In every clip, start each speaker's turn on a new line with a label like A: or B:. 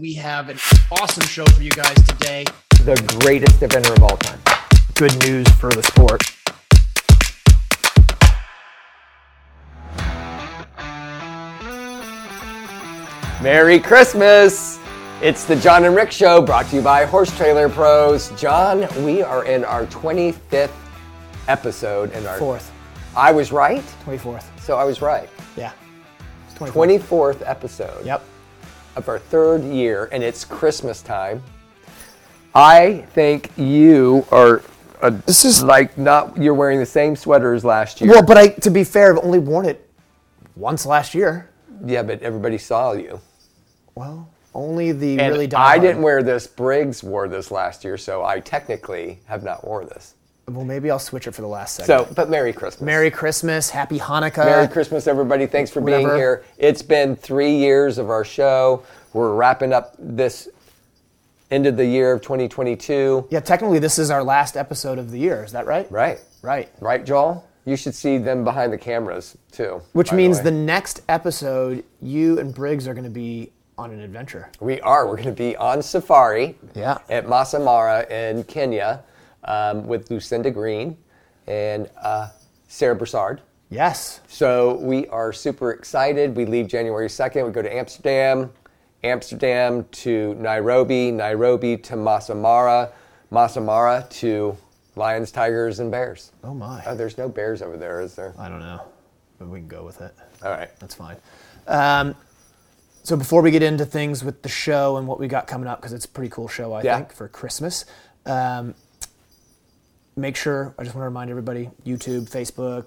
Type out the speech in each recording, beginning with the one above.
A: We have an awesome show for you guys today.
B: The greatest defender of all time.
C: Good news for the sport.
B: Merry Christmas! It's the John and Rick Show brought to you by Horse Trailer Pros. John, we are in our 25th episode. In our
C: Fourth,
B: I was right,
C: 24th.
B: so I was right.
C: Yeah. It's 24th.
B: 24th episode
C: Yep.
B: of our third year, and it's Christmas time. I think you are. uh this is like not you're wearing the same sweater as last year.
C: Well, but I, to be fair, I've only worn it once last year.
B: yeah, but everybody saw you.
C: Well, only the
B: And
C: really die.
B: I didn't wear this. Briggs wore this last year, so I technically have not worn this.
C: Well, maybe I'll switch it for the last segment.
B: So, but Merry Christmas.
C: Merry Christmas, Happy Hanukkah.
B: Merry Christmas, everybody. Thanks for being
C: Whatever.
B: here. It's been three years of our show. We're wrapping up this end of the year of 2022.
C: Yeah, technically this is our last episode of the year. Is that right?
B: Right.
C: Right.
B: Right, Joel? You should see them behind the cameras, too.
C: Which
B: by
C: means
B: way.
C: the next episode, you and Briggs are going to be on an adventure.
B: We are. We're going to be on safari
C: Yeah.
B: at Masamara in Kenya um, with Lucinda Green and uh, Sarah Broussard.
C: Yes.
B: So we are super excited. We leave January 2nd. We go to Amsterdam, Amsterdam to Nairobi, Nairobi to Masamara, Masamara to lions, tigers, and bears.
C: Oh my.
B: Oh, there's no bears over there, is there?
C: I don't know, but we can go with it.
B: All right.
C: That's fine. Um, so before we get into things with the show and what we got coming up, because it's a pretty cool show, I
B: Yeah.
C: think, for Christmas. Um, make sure I just want to remind everybody: YouTube, Facebook,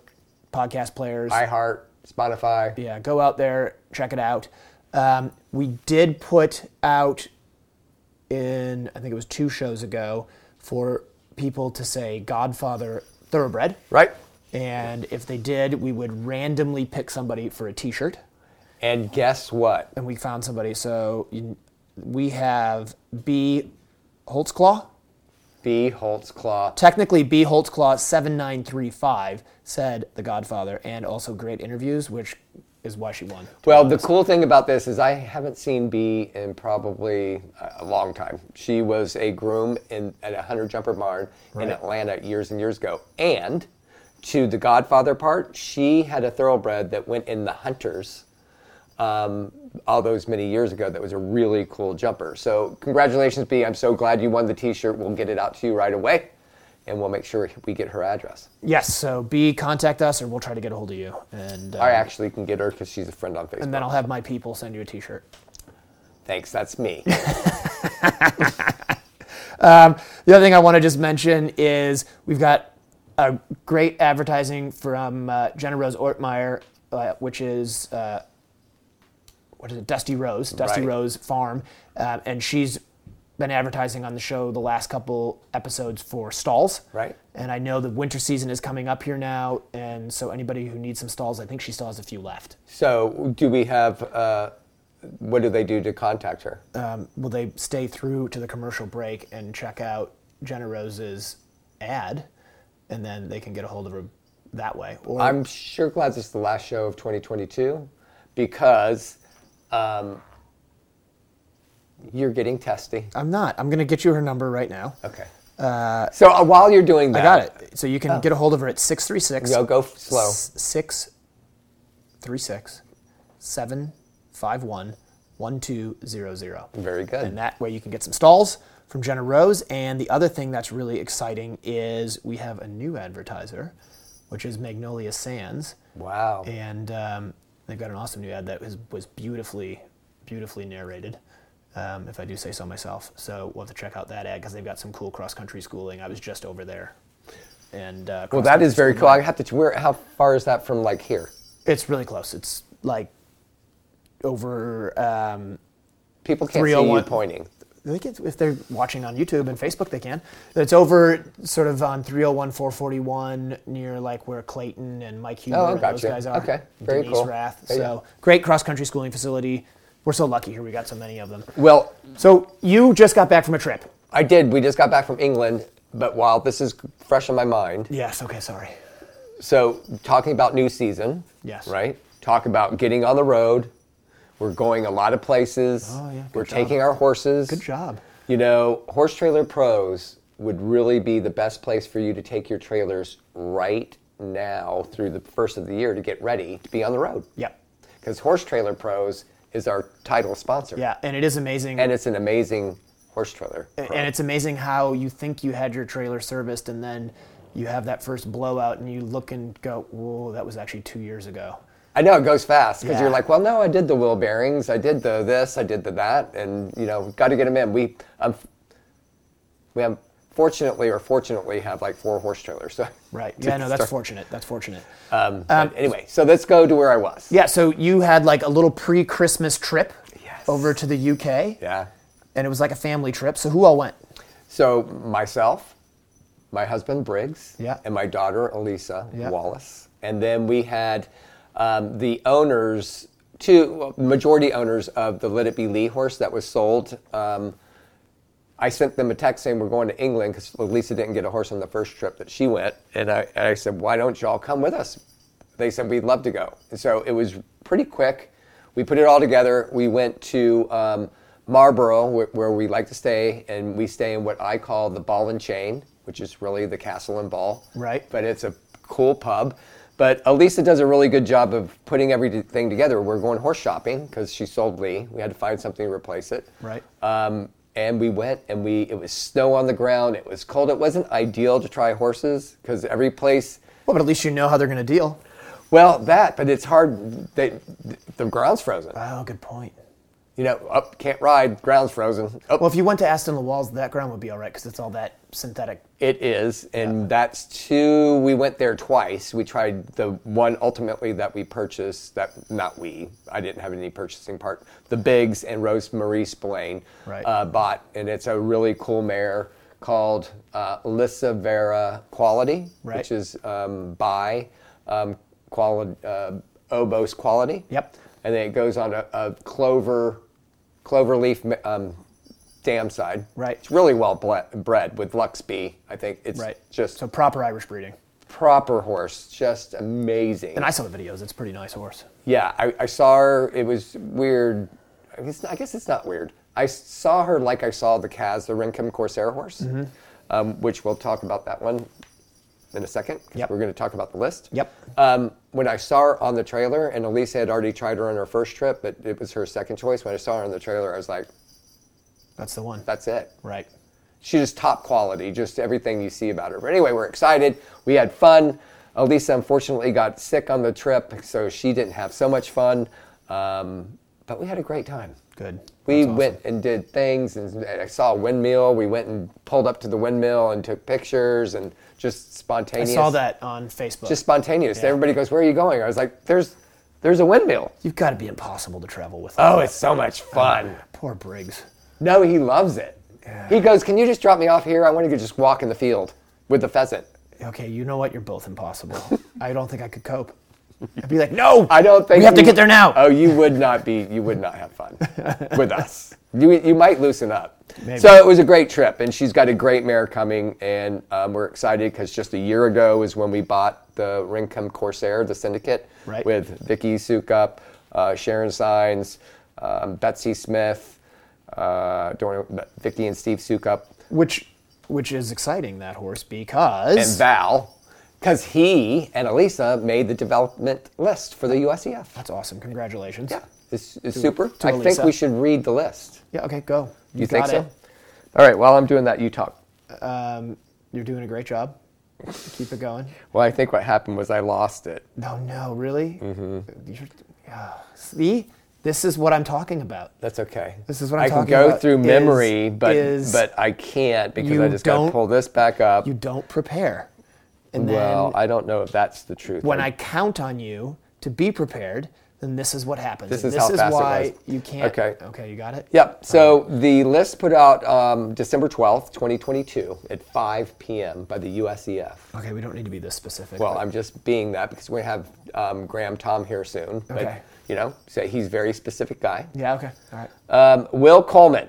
C: podcast players.
B: iHeart, Spotify.
C: yeah, go out there, check it out. Um, we did put out in I think it was two shows ago for people to say Godfather Thoroughbred.
B: Right?
C: And if they did, we would randomly pick somebody for a T-shirt,
B: And guess what?
C: and we found somebody. So you, we have B. Holtzclaw.
B: B. Holtzclaw.
C: Technically, B. Holtzclaw seven nine three five said The Godfather, and also great interviews, which is why she won.
B: Well, the cool thing about this is I haven't seen B in probably a- a long time. She was a groom in, at a hunter jumper barn in Atlanta years and years ago. And to the Godfather part, she had a thoroughbred that went in the hunters um, all those many years ago. That was a really cool jumper. So congratulations, B. I'm so glad you won the T-shirt. We'll get it out to you right away, and we'll make sure we get her address.
C: Yes. So B, contact us, or we'll try to get a hold of you, and uh,
B: I actually can get her because she's a friend on Facebook.
C: and then I'll have my people send you a T-shirt.
B: Thanks, that's me.
C: The other thing I want to just mention is we've got a great advertising from uh, Jenna Rose Ortmeyer, uh, which is uh, what is it? Dusty Rose, Dusty
B: Right.
C: Rose Farm, um, and she's been advertising on the show the last couple episodes for stalls.
B: Right.
C: And I know the winter season is coming up here now, and so anybody who needs some stalls, I think she still has a few left.
B: So, do we have, uh, what do they do to contact her?
C: Uh-huh. um, Will they stay through to the commercial break and check out Jenna Rose's ad, and then they can get a hold of her that way? Or
B: I'm sure glad this is the last show of 2022 because um, you're getting testy.
C: I'm not. I'm gonna get you her number right now.
B: Okay. so, uh, while you're doing that,
C: I got it. So you can get a hold of her at 636
B: Oh. Go, go f- slow.
C: 636 751 1200.
B: Very good.
C: And that way you can get some stalls from Jenna Rose. And the other thing that's really exciting is we have a new advertiser, which is Magnolia Sands.
B: Wow.
C: and um, they've got an awesome new ad that was, was beautifully, beautifully narrated, um, if I do say so myself. So we'll have to check out that ad because they've got some cool cross country schooling. I was just over there, and uh,
B: Well, that is very cool. I have to, where, how far is that from like here?
C: It's really close. It's like over. Um,
B: People can't see you
C: 301.
B: pointing.
C: I think it's, if they're watching on YouTube and Facebook, they can. It's over sort of on 301, 441 near like where Clayton and Mike Huber
B: Oh,
C: and those
B: gotcha.
C: guys are.
B: Okay. Very
C: Denise
B: cool.
C: Rath.
B: Yeah,
C: So great cross country schooling facility. We're so lucky here. We got so many of them.
B: Well,
C: So you just got back from a trip.
B: I did. We just got back from England, but while this is fresh in my mind,
C: Yes. Okay. Sorry.
B: So, talking about new season.
C: Yes.
B: Right? Talk about getting on the road. We're going a lot of places.
C: Oh, yeah, good
B: We're
C: job.
B: taking our horses.
C: Good job.
B: You know, Horse Trailer Pros would really be the best place for you to take your trailers right now through the first of the year to get ready to be on the road.
C: Yep.
B: Because Horse Trailer Pros is our title sponsor.
C: Yeah, and it is amazing.
B: And it's an amazing horse trailer. pro.
C: and it's amazing how you think you had your trailer serviced and then you have that first blowout and you look and go, whoa, that was actually two years ago.
B: I know it goes fast because
C: Yeah.
B: you're like, well, no, I did the wheel bearings, I did the this, I did the that, and you know, got to get them in. We, um, we have, fortunately or fortunately, have like four horse trailers. So
C: Right.
B: to
C: Yeah, no, that's
B: start.
C: fortunate. That's fortunate.
B: But anyway, so let's go to where I was.
C: yeah, so you had like a little pre Christmas trip
B: Yes.
C: over to the UK.
B: Yeah.
C: And it was like a family trip. So who all went?
B: So myself, my husband Briggs,
C: Yeah.
B: and my daughter Elisa
C: Yeah.
B: Wallace, and then we had um, the owners, two well, majority owners of the Let It Be Lee horse that was sold. Um, I sent them a text saying we're going to England because Elisa didn't get a horse on the first trip that she went, and I, and I said, why don't y'all come with us? They said we'd love to go, and so it was pretty quick. We put it all together. We went to um, Marlborough, where, where we like to stay, and we stay in what I call the Ball and Chain, which is really the Castle and Ball.
C: Right.
B: But it's a cool pub. But Elisa does a really good job of putting everything together. We're going horse shopping because she sold Lee. We had to find something to replace it.
C: Right.
B: Um, and we went and we it was snow on the ground. It was cold. It wasn't ideal to try horses because every place.
C: Well, but at least you know how they're going to deal.
B: Well, that, but it's hard. They, the ground's frozen.
C: Oh, good point.
B: You know, up can't ride. Ground's frozen. Up
C: Well, if you went to Aston Walls, that ground would be all right because it's all that synthetic.
B: It is, and that's two. We went there twice. We tried the one ultimately that we purchased. That not we. I didn't have any purchasing part. The Biggs and Rosemary Spillane
C: Right.
B: uh, bought, and it's a really cool mare called uh, Lissa Vera Quality,
C: Right.
B: which is um, by um, quali- uh, Obos Quality.
C: Yep.
B: And then it goes on a, a clover, clover leaf um, dam side.
C: Right.
B: It's really well ble- bred with Luxby. I think it's
C: Right.
B: just
C: So proper Irish breeding.
B: proper horse, just amazing.
C: And I saw the videos. It's a pretty nice horse.
B: yeah, I, I saw her. It was weird. I guess, I guess it's not weird. I s- saw her like I saw the Kaz, the Rincom Corsair horse,
C: Mm-hmm.
B: um, which we'll talk about that one in a second. 'cause
C: Yep.
B: We're going to talk about the list.
C: Yep.
B: Um, when I saw her on the trailer, and Elisa had already tried her on her first trip, but it was her second choice. When I saw her on the trailer, I was like,
C: That's the one.
B: that's it.
C: right.
B: She's just top quality, just everything you see about her. But anyway, we're excited. We had fun. Elisa unfortunately got sick on the trip, so she didn't have so much fun. Um, but we had a great time.
C: Good.
B: We
C: That's awesome.
B: went and did things, and and I saw a windmill. We went and pulled up to the windmill and took pictures, and just
C: I
B: spontaneous.
C: saw that on Facebook.
B: Just spontaneous. Everybody goes, "Where are you going?" I was like, "There's, there's a windmill."
C: You've got to be impossible to travel with.
B: Oh, it's so much fun.
C: Poor Briggs.
B: No, he loves it. He goes, "Can you just drop me off here? I want to just walk in the field with the pheasant."
C: Okay, you know what? You're both impossible. I don't think I could cope. I'd be like, no.
B: I don't think
C: we have to
B: you-
C: get there now.
B: Oh, you would not be. You would not have fun with us. You you might loosen up.
C: Maybe.
B: So it was a great trip, and she's got a great mare coming, and um, we're excited because just a year ago is when we bought the Rincom Corsair, the syndicate,
C: Right.
B: with Vicky Sukup, uh, Sharon Sines, um, Betsy Smith, uh, Dor- Vicky and Steve Sukup,
C: Which, which is exciting that horse because
B: and Val, because he and Elisa made the development list for the E USEF.
C: that's awesome. Congratulations.
B: Yeah, it's, it's super.
C: to
B: I think
C: Elisa.
B: we should read the list.
C: Yeah, Okay. Go.
B: You, think
C: got
B: so?
C: it.
B: All right. While I'm doing that, you talk.
C: Um, you're doing a great job. Keep it going.
B: Well, I think what happened was I lost it.
C: No, no, really. Mm-hmm. You're, yeah. See, this is what I'm talking about.
B: That's okay.
C: This is what I'm
B: I can
C: talking
B: go
C: about
B: through
C: is-
B: memory, but
C: is
B: but I can't because
C: you
B: I just got to
C: don't-
B: pull this back up.
C: You don't prepare. And
B: well,
C: then
B: I don't know if that's the truth.
C: when I count on you to be prepared, then this is what happens.
B: This
C: And
B: is how fast it
C: why
B: was.
C: you can't.
B: Okay.
C: Okay, you got it.
B: Yep. So the list put out um, December twelfth, twenty twenty two, at five p.m. by the USEF.
C: Okay, we don't need to be this specific.
B: Well,
C: but-
B: I'm just being that because we have um, Graham Tom here soon. But,
C: Okay.
B: you know, so he's a very specific guy.
C: yeah. Okay. All right.
B: Um, Will Coleman,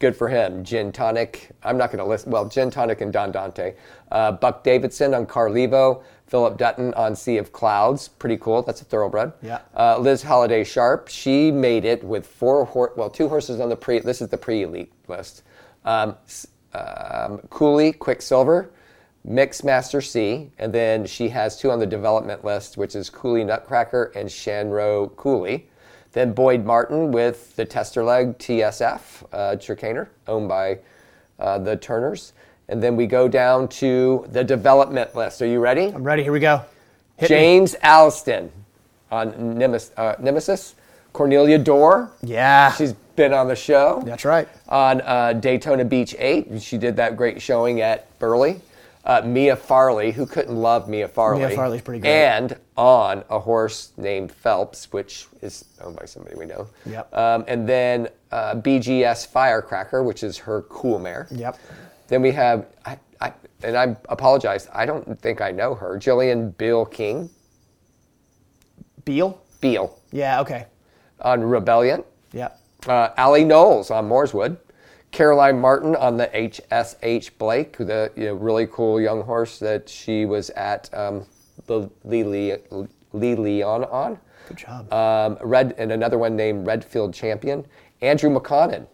B: Good for him. Gin Tonic. I'm not going to list. Well, Gin Tonic and Don Dante. Uh, Buck Davidson on Carlevo. Philip Dutton on Sea of Clouds. Pretty cool. That's a thoroughbred.
C: Yeah.
B: Uh, Liz Holiday Sharp. She made it with four hor- well, two horses on the pre. This is the pre-elite list. Um, s- um, Cooley, Quicksilver, Mix Master C, and then she has two on the development list, which is Cooley Nutcracker and Shanro Cooley. Then Boyd Martin with the tester leg TSF uh, Chicaner, owned by uh, the Turners. And then we go down to the development list. Are you ready?
C: I'm ready. Here we go. Hit me.
B: James Alston on Nemes- uh, Nemesis. Cornelia Dorr.
C: Yeah.
B: She's been on the show.
C: That's right.
B: On uh, Daytona Beach 8. She did that great showing at Burley. Uh, Mia Farley, who couldn't love Mia Farley.
C: Mia Farley's pretty great.
B: And on a horse named Phelps, which is owned by somebody we know.
C: Yep.
B: Um, and then uh, BGS Firecracker, which is her cool mare.
C: Yep.
B: Then we have, I, I, and I apologize, I don't think I know her, Jillian Beale King,
C: Beal.
B: Beale,
C: Yeah. Okay.
B: on Rebellion,
C: Yep.
B: uh, Allie Knowles on Moorswood, Caroline Martin on the HSH Blake, the you know, really cool young horse that she was at um, the Lee, Le- Lee Leon on,
C: Good job.
B: um, Red, and another one named Redfield Champion, Andrew McConnon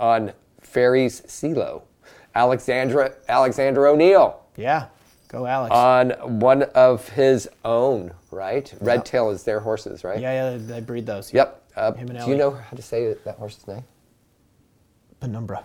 B: on Fairies Silo, Alexandra, Alexander O'Neill.
C: yeah. Go, Alex.
B: on one of his own, right? Red Tail is their horses, right?
C: yeah. Yeah. They, they breed those.
B: Yep. Uh,
C: Him and
B: do
C: Ellie.
B: you know how to say that horse's name?
C: Penumbra.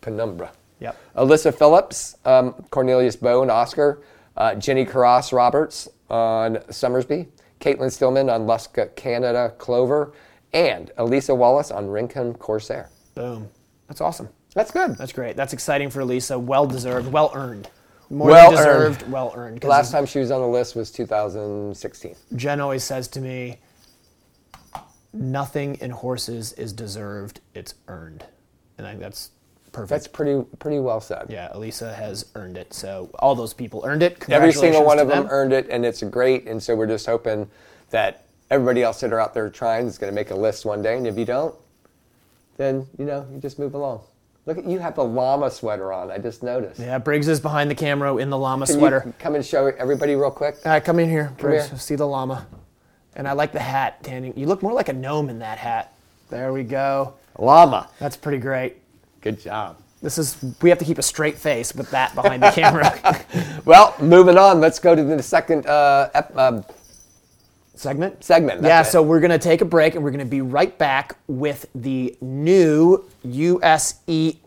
B: Penumbra.
C: Yep.
B: Alyssa Phillips, um, Cornelius Bow and Oscar, uh, Jenny Carras Roberts on Summersby, Caitlin Stillman on Luska Canada Clover, and Elisa Wallace on Rincon Corsair.
C: Boom. That's awesome.
B: That's good.
C: That's great. That's exciting for Lisa. Well deserved. Well earned. More
B: Well
C: than deserved. Well earned. 'Cause
B: Last time she was on the list was 2016.
C: Jen always says to me, nothing in horses is deserved, it's earned. And I think that's perfect.
B: That's pretty pretty well said.
C: yeah, Elisa has earned it. So all those people earned it.
B: every single
C: Congratulations
B: one
C: to
B: of them, earned it, and it's great. And so we're just hoping that everybody else that are out there trying is going to make a list one day. And if you don't, then you know you just move along. Look, at you have the llama sweater on. I just noticed.
C: Yeah, Briggs is behind the camera in the llama
B: Can you
C: sweater.
B: come and show everybody real quick.
C: All right, come in here, Briggs.
B: here.
C: See the llama. And I like the hat, Danny. You look more like a gnome in that hat. There we go.
B: Llama.
C: That's pretty great.
B: Good job.
C: This is, we have to keep a straight face with that behind the camera
B: Well, moving on. Let's go to the second uh, ep- um,
C: segment.
B: segment. That's
C: yeah,
B: it.
C: so we're going to take a break and we're going to be right back with the new E USEF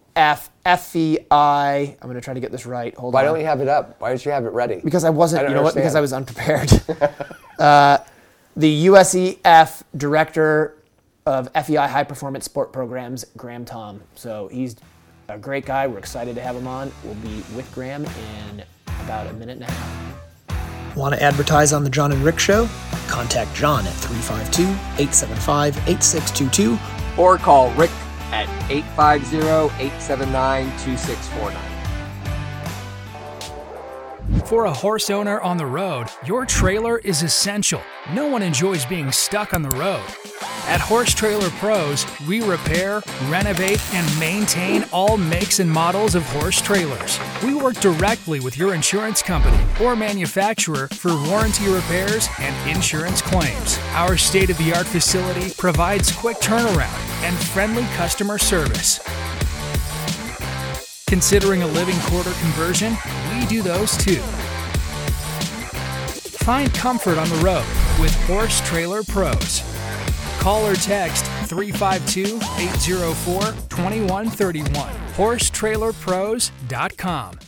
C: FEI. E I'm going to try to get this right. Hold
B: why
C: on.
B: don't you have it up? Why don't you have it ready?
C: because I wasn't,
B: I don't
C: you know what? Because I was
B: understand.
C: unprepared. uh, the USEF director of FEI High Performance Sport Programs, Graham Tom. So he's a great guy. We're excited to have him on. We'll be with Graham in about a minute and a half.
D: Want to advertise on The John and Rick Show? Contact John at 352 875 8622
B: or call Rick at 850 879 2649.
E: For a horse owner on the road, your trailer is essential. No one enjoys being stuck on the road. At Horse Trailer Pros, we repair, renovate, and maintain all makes and models of horse trailers. We work directly with your insurance company or manufacturer for warranty repairs and insurance claims. Our state of the art facility provides quick turnaround and friendly customer service. Considering a living quarter conversion, we do those too. Find comfort on the road with Horse Trailer Pros. Call or text 352 804 2131. HorseTrailerPros.com.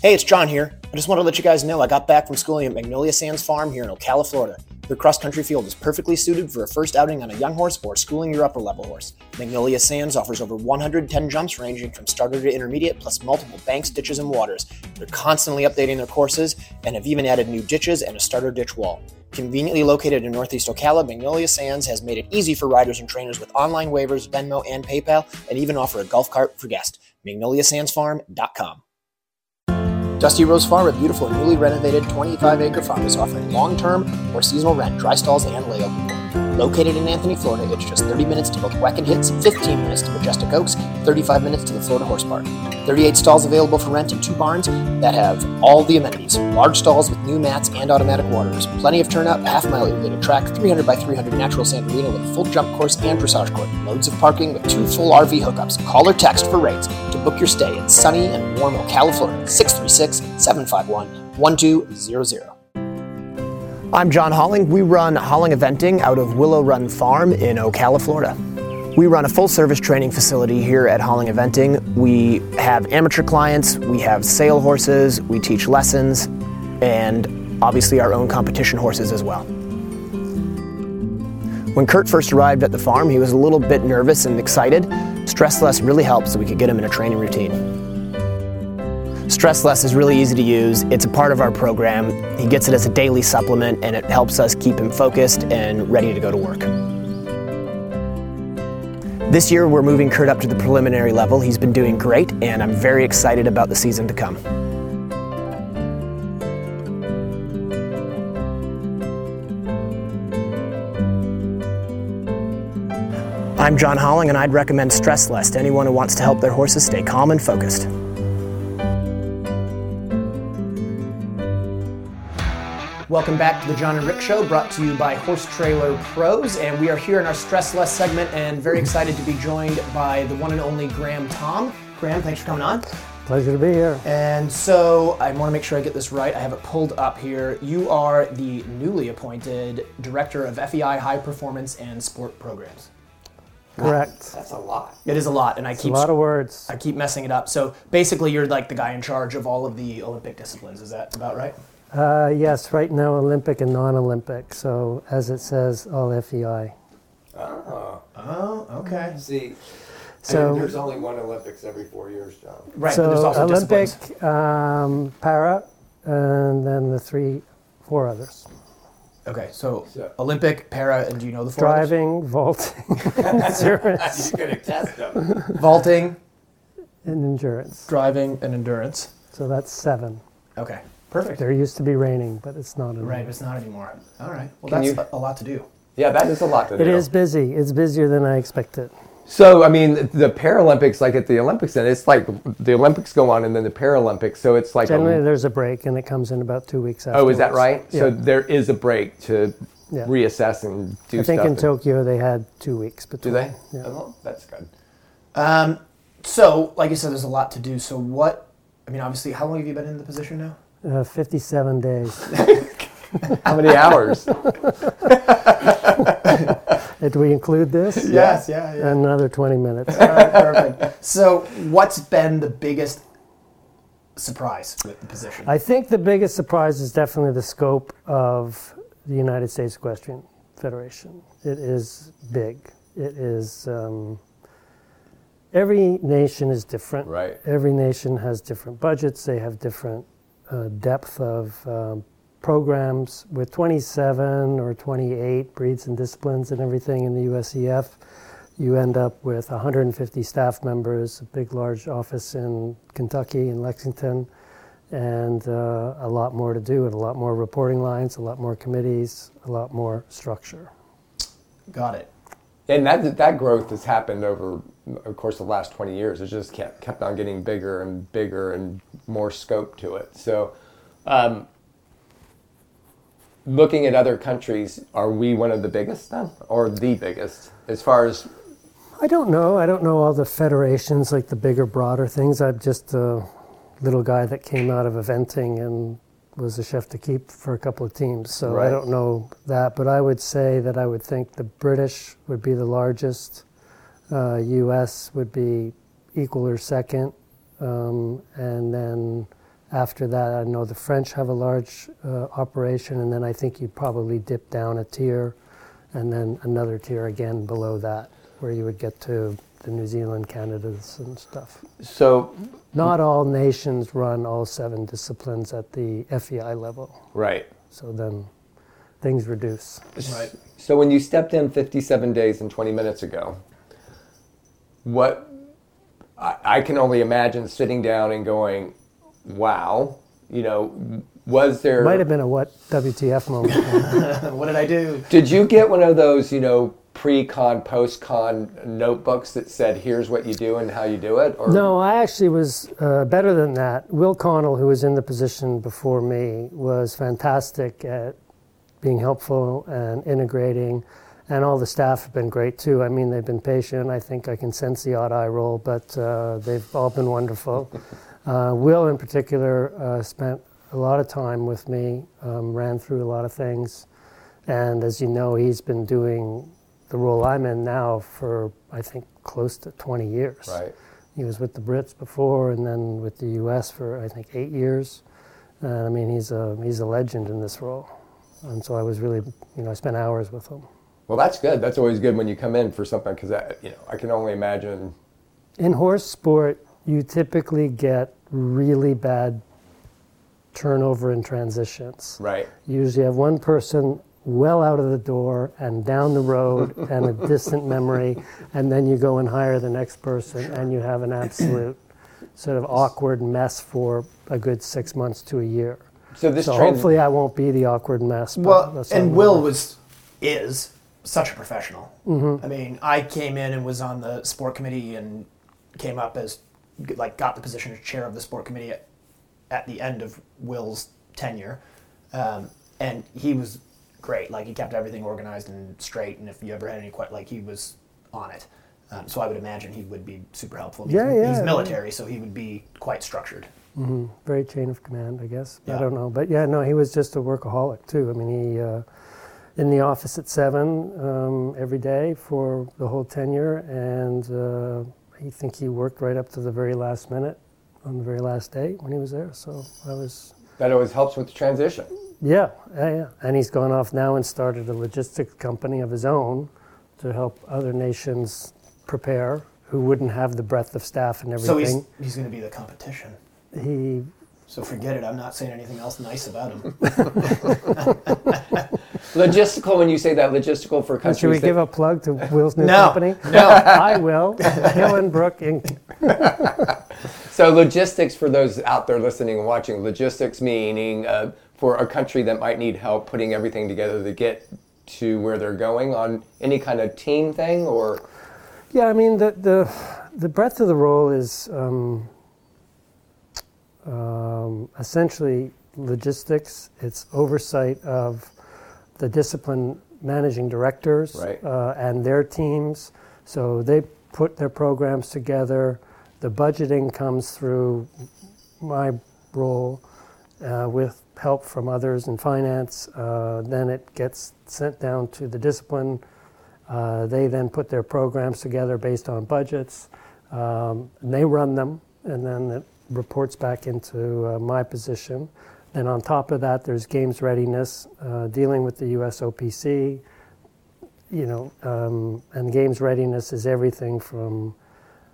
D: Hey, it's John here. I just want to let you guys know I got back from schooling at Magnolia Sands Farm here in Ocala, Florida. Their cross country field is perfectly suited for a first outing on a young horse or schooling your upper level horse. Magnolia Sands offers over 110 jumps ranging from starter to intermediate, plus multiple banks, ditches, and waters. They're constantly updating their courses and have even added new ditches and a starter ditch wall. Conveniently located in Northeast Ocala, Magnolia Sands has made it easy for riders and trainers with online waivers, Venmo, and PayPal, and even offer a golf cart for guests. MagnoliaSandsFarm.com. Dusty Rose Farm, a beautiful newly renovated 25 acre farm, is offering long term or seasonal rent, dry stalls, and layover.
C: Located in Anthony, Florida, it's just 30 minutes to both Weck and Hits, 15 minutes to Majestic Oaks, 35 minutes to the Florida Horse Park. 38 stalls available for rent and two barns that have all the amenities. Large stalls with new mats and automatic waters. Plenty of turnout, a half mile irrigated track, 300 by 300 natural sand arena with a full jump course and dressage court. Loads of parking with two full RV hookups. Call or text for rates to book your stay in sunny and warm Ocala, Florida, 636 751 1200. I'm John Holling. We run Holling Eventing out of Willow Run Farm in Ocala, Florida. We run a full service training facility here at Holling Eventing. We have amateur clients, we have sale horses, we teach lessons, and obviously our own competition horses as well. When Kurt first arrived at the farm, he was a little bit nervous and excited. Stress Less really helped so we could get him in a training routine. Stress Less is really easy to use. It's a part of our program. He gets it as a daily supplement and it helps us keep him focused and ready to go to work. This year, we're moving Kurt up to the preliminary level. He's been doing great, and I'm very excited about the season to come. I'm John Holling, and I'd recommend Stress Less to anyone who wants to help their horses stay calm and focused. Welcome back to the John and Rick Show, brought to you by Horse Trailer Pros. And we are here in our Stress Less segment and very excited to be joined by the one and only Graham Tom. Graham, thanks for coming on.
F: Pleasure to be here.
C: And so I want to make sure I get this right. I have it pulled up here. You are the newly appointed Director of FEI High Performance and Sport Programs.
F: Correct.
B: That's a lot.
C: It is a lot, and I
F: A
C: keep
F: lot of words.
C: I keep messing it up. So basically, you're like the guy in charge of all of the Olympic disciplines. Is that about right?
F: Uh, yes, right now Olympic and non-Olympic. So as it says, all E FEI.
C: Oh, okay.
B: See,
F: So-
B: there's only one Olympics every four years, John.
C: Right. but there's
F: so
C: also
F: Olympic,
C: disciplines.
F: um, para, and then the three, four others:
C: Okay, so,
B: So-
C: Olympic, para, and do you know the four? others?
F: driving, vaulting, endurance,
B: He's gonna test them.
C: Vaulting,
F: and endurance.
C: driving, and endurance.
F: So that's seven.
C: Okay, perfect.
F: There used to be raining, but it's not anymore.
C: Right, but it's not anymore. All right. Well,
B: Can
C: that's a,
B: you-
C: a lot to do.
B: Yeah, that is a lot to do.
F: It is busy. It's busier than I expected.
B: So I mean, the Paralympics, like at the Olympics, and it's like the Olympics go on, and then the Paralympics. So it's like,
F: Generally,
B: a,
F: there's a break, and it comes in about two weeks.
B: oh, is that
F: afterwards.
B: right?
F: Yeah.
B: So there is a break to
F: Yeah.
B: reassess and do
F: I think
B: stuff.
F: in
B: and-
F: Tokyo they had two weeks
B: do
F: between.
B: they? Oh, that's good.
C: Um, So, like you said, there's a lot to do. So, what? I mean, obviously, how long have you been in the position now?
F: Uh, 57 days.
B: How many hours?
F: Did we include this?
C: Yes, yeah, yeah.
F: Another 20 minutes.
C: All right, perfect. So, what's been the biggest surprise with the position?
F: I think the biggest surprise is definitely the scope of the United States Equestrian Federation. It is big. It is. Um, every nation is different.
B: Right.
F: Every nation has different budgets. They have different uh, depth of um, programs. With 27 or 28 breeds and disciplines and everything in the USEF, you end up with 150 staff members, a big, large office in Kentucky in Lexington, and uh, a lot more to do, and a lot more reporting lines, a lot more committees, a lot more structure.
C: Got it.
B: and that that growth has happened over the course of the last 20 years. It just kept kept on getting bigger and bigger and more scope to it. So, um, looking at other countries, are we one of the biggest then, or the biggest as far as
F: I don't know. I don't know all the federations, like the bigger, broader things. I'm just a little guy that came out of eventing and was a chef to keep for a couple of teams. So
B: Right.
F: I don't know that, but I would say that I would think the British would be the largest, uh, U.S. would be equal or second, um, and then after that, I know the French have a large uh, operation, and then I think you probably dip down a tier, and then another tier again below that, where you would get to the New Zealand, Canada's, and stuff.
B: so
F: Not all nations run all seven disciplines at the FEI level,
B: right?
F: so then things reduce.
C: Right.
B: So when you stepped in 57 days and 20 minutes ago, what I, I can only imagine sitting down and going, "Wow," you know, Was there?
F: Might have been a what WTF moment.
C: what did I do?
B: Did you get one of those, you know, pre-con, post-con notebooks that said, "Here's what you do and how you do it"? Or
F: no, I actually was uh, better than that. Will Connell, who was in the position before me, was fantastic at being helpful and integrating, and all the staff have been great too. I mean, they've been patient. I think I can sense the odd eye roll, but uh, they've all been wonderful. Uh, Will, in particular, uh, spent a lot of time with me, um, ran through a lot of things, and as you know, he's been doing the role I'm in now for I think close to 20 years.
B: Right.
F: He was with the Brits before, and then with the U.S. for I think eight years. And I mean, he's a he's a legend in this role. And so I was really, you know, I spent hours with him
B: Well, that's good. That's always good when you come in for something because you know I can only imagine.
F: in horse sport. You typically get really bad turnover in transitions.
B: Right.
F: You usually have one person well out of the door and down the road and a distant memory, and then you go and hire the next person, and you have an absolute sort of awkward mess for a good six months to a year.
B: So this
F: So
B: trans-
F: hopefully, I won't be the awkward mess. but
C: Well,
F: that's
C: and
F: not-
C: Will was is such a professional.
F: Mm-hmm.
C: I mean, I came in and was on the sport committee and came up as like got the position of chair of the sport committee at, at the end of Will's tenure, um, and he was great. Like he kept everything organized and straight. And if you ever had any que- like he was on it. Um, so I would imagine he would be super helpful. He's-
F: Yeah, yeah,
C: He's
F: yeah.
C: military, so he would be quite structured.
F: very chain of command, I guess.
C: Yeah.
F: I don't know, but yeah, no, he was just a workaholic too. I mean, he uh, in the office at seven um, every day for the whole tenure, and uh, I think he worked right up to the very last minute on the very last day when he was there. So I was,
B: That always helps with the transition.
F: yeah, yeah, yeah. And he's gone off now and started a logistics company of his own to help other nations prepare who wouldn't have the breadth of staff and
C: So he's
F: everything.
C: he's going to be the competition.
F: he
C: So forget it. I'm not saying anything else nice about him.
B: Logistical. When you say that, logistical for countries.
F: Should we
B: that-
F: give a plug to Will's new
C: No,
F: company? No, I will. Hillenbrook Inc.
B: So logistics for those out there listening and watching, logistics meaning uh, for a country that might need help putting everything together to get to where they're going on any kind of team thing or
F: Yeah, I mean the the the breadth of the role is um, um, essentially logistics. It's oversight of the discipline managing directors
B: Right.
F: uh, and their teams. So they put their programs together. The budgeting comes through my role uh, with help from others in finance. Uh, then it gets sent down to the discipline. Uh, they then put their programs together based on budgets. Um, and they run them, and then it reports back into uh, my position. Then on top of that, there's games readiness, uh, dealing with the USOPC. You know, um, and games readiness is everything from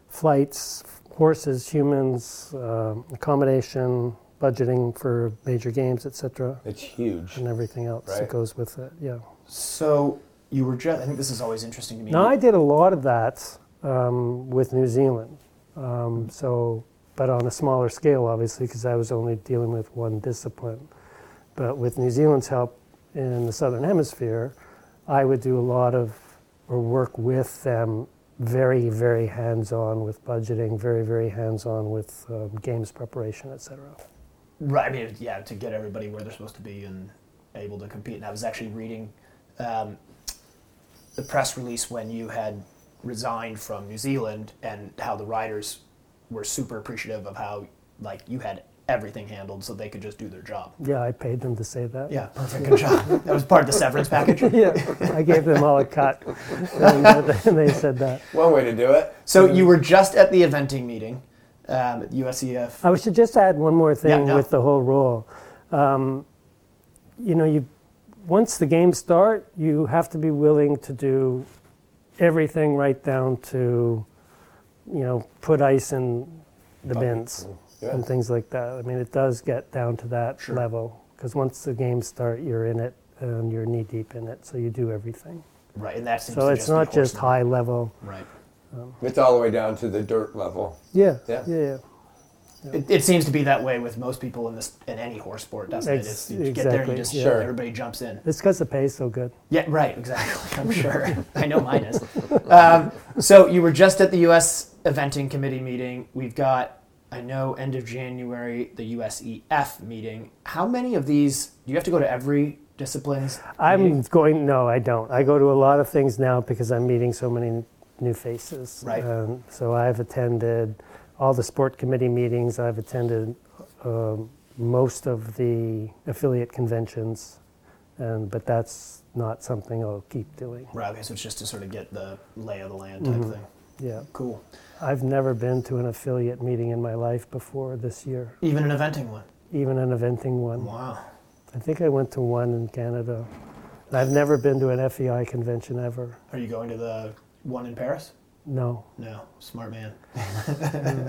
F: flights, horses, humans, um, accommodation, budgeting for major games, etc.,
B: it's huge.
F: and everything else
B: Right.
F: that goes with it. Yeah.
C: So you were just. I think this is always interesting to me.
F: Now I did a lot of that um, with New Zealand, um, so but on a smaller scale, obviously, because I was only dealing with one discipline. But with New Zealand's help in the Southern Hemisphere, I would do a lot of or work with them, very very hands on with budgeting, very very hands on with um, games preparation, etc.
C: right. I mean, yeah, to get everybody where they're supposed to be and able to compete. And I was actually reading um, the press release when you had resigned from New Zealand and how the riders were super appreciative of how like you had everything handled so they could just do their job.
F: Yeah, I paid them to say that.
C: Yeah, perfect. Good job. That was part of the severance package.
F: Yeah, I gave them all a cut, and they said that.
B: One way to do it.
C: So you were just at the eventing meeting um, at USEF.
F: I should just add one more thing
C: no.
F: with the whole role. Um, you know, you once the games start, you have to be willing to do everything right down to, you know, put ice in the bins
B: Yeah.
F: and things like that. I mean, it does get down to that level because once the games start, you're in it and you're knee deep in it, so you do everything.
C: Right, and that seems
F: So
C: to
F: it's
C: be
F: not just
C: horsemen.
F: high level.
C: Right.
B: It's all the way down to the dirt level.
F: Yeah,
B: Yeah.
F: yeah, yeah.
C: It, it seems to be that way with most people in this in any horse sport, doesn't
F: Ex-
C: it? It's, you get there, and
F: exactly,
C: you just
F: yeah.
B: Sure.
C: everybody jumps in.
F: It's because the pay's so good.
C: Yeah, right. Exactly. I'm sure. I know mine is. Um, so you were just at the U.S. Eventing Committee meeting. We've got, I know, end of January the USEF meeting. How many of these do you have to go to every disciplines?
F: I'm
C: meeting?
F: going. No, I don't. I go to a lot of things now because I'm meeting so many new faces.
C: Right.
F: Um, so I've attended all the sport committee meetings. I've attended um, most of the affiliate conventions, and but that's not something I'll keep doing.
C: Right. Okay. So it's just to sort of get the lay of the land type
F: Mm-hmm.
C: thing.
F: Yeah.
C: Cool.
F: I've never been to an affiliate meeting in my life before this year,
C: Even an eventing one.
F: even an eventing one.
C: Wow.
F: I think I went to one in Canada. And I've never been to an FEI convention ever.
C: Are you going to the one in Paris?
F: No.
C: No. Smart man.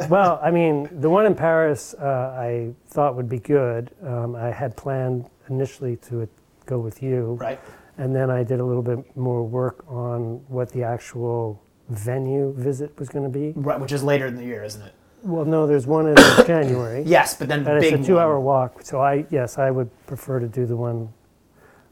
F: well, I mean, the one in Paris uh, I thought would be good. Um, I had planned initially to go with you,
C: Right.
F: and then I did a little bit more work on what the actual venue visit was going to be.
C: Right. Which is later in the year, isn't it?
F: Well, no, there's one in January.
C: Yes, but then the
F: And
C: big
F: it's a two-hour
C: one.
F: walk, so I yes, I would prefer to do the one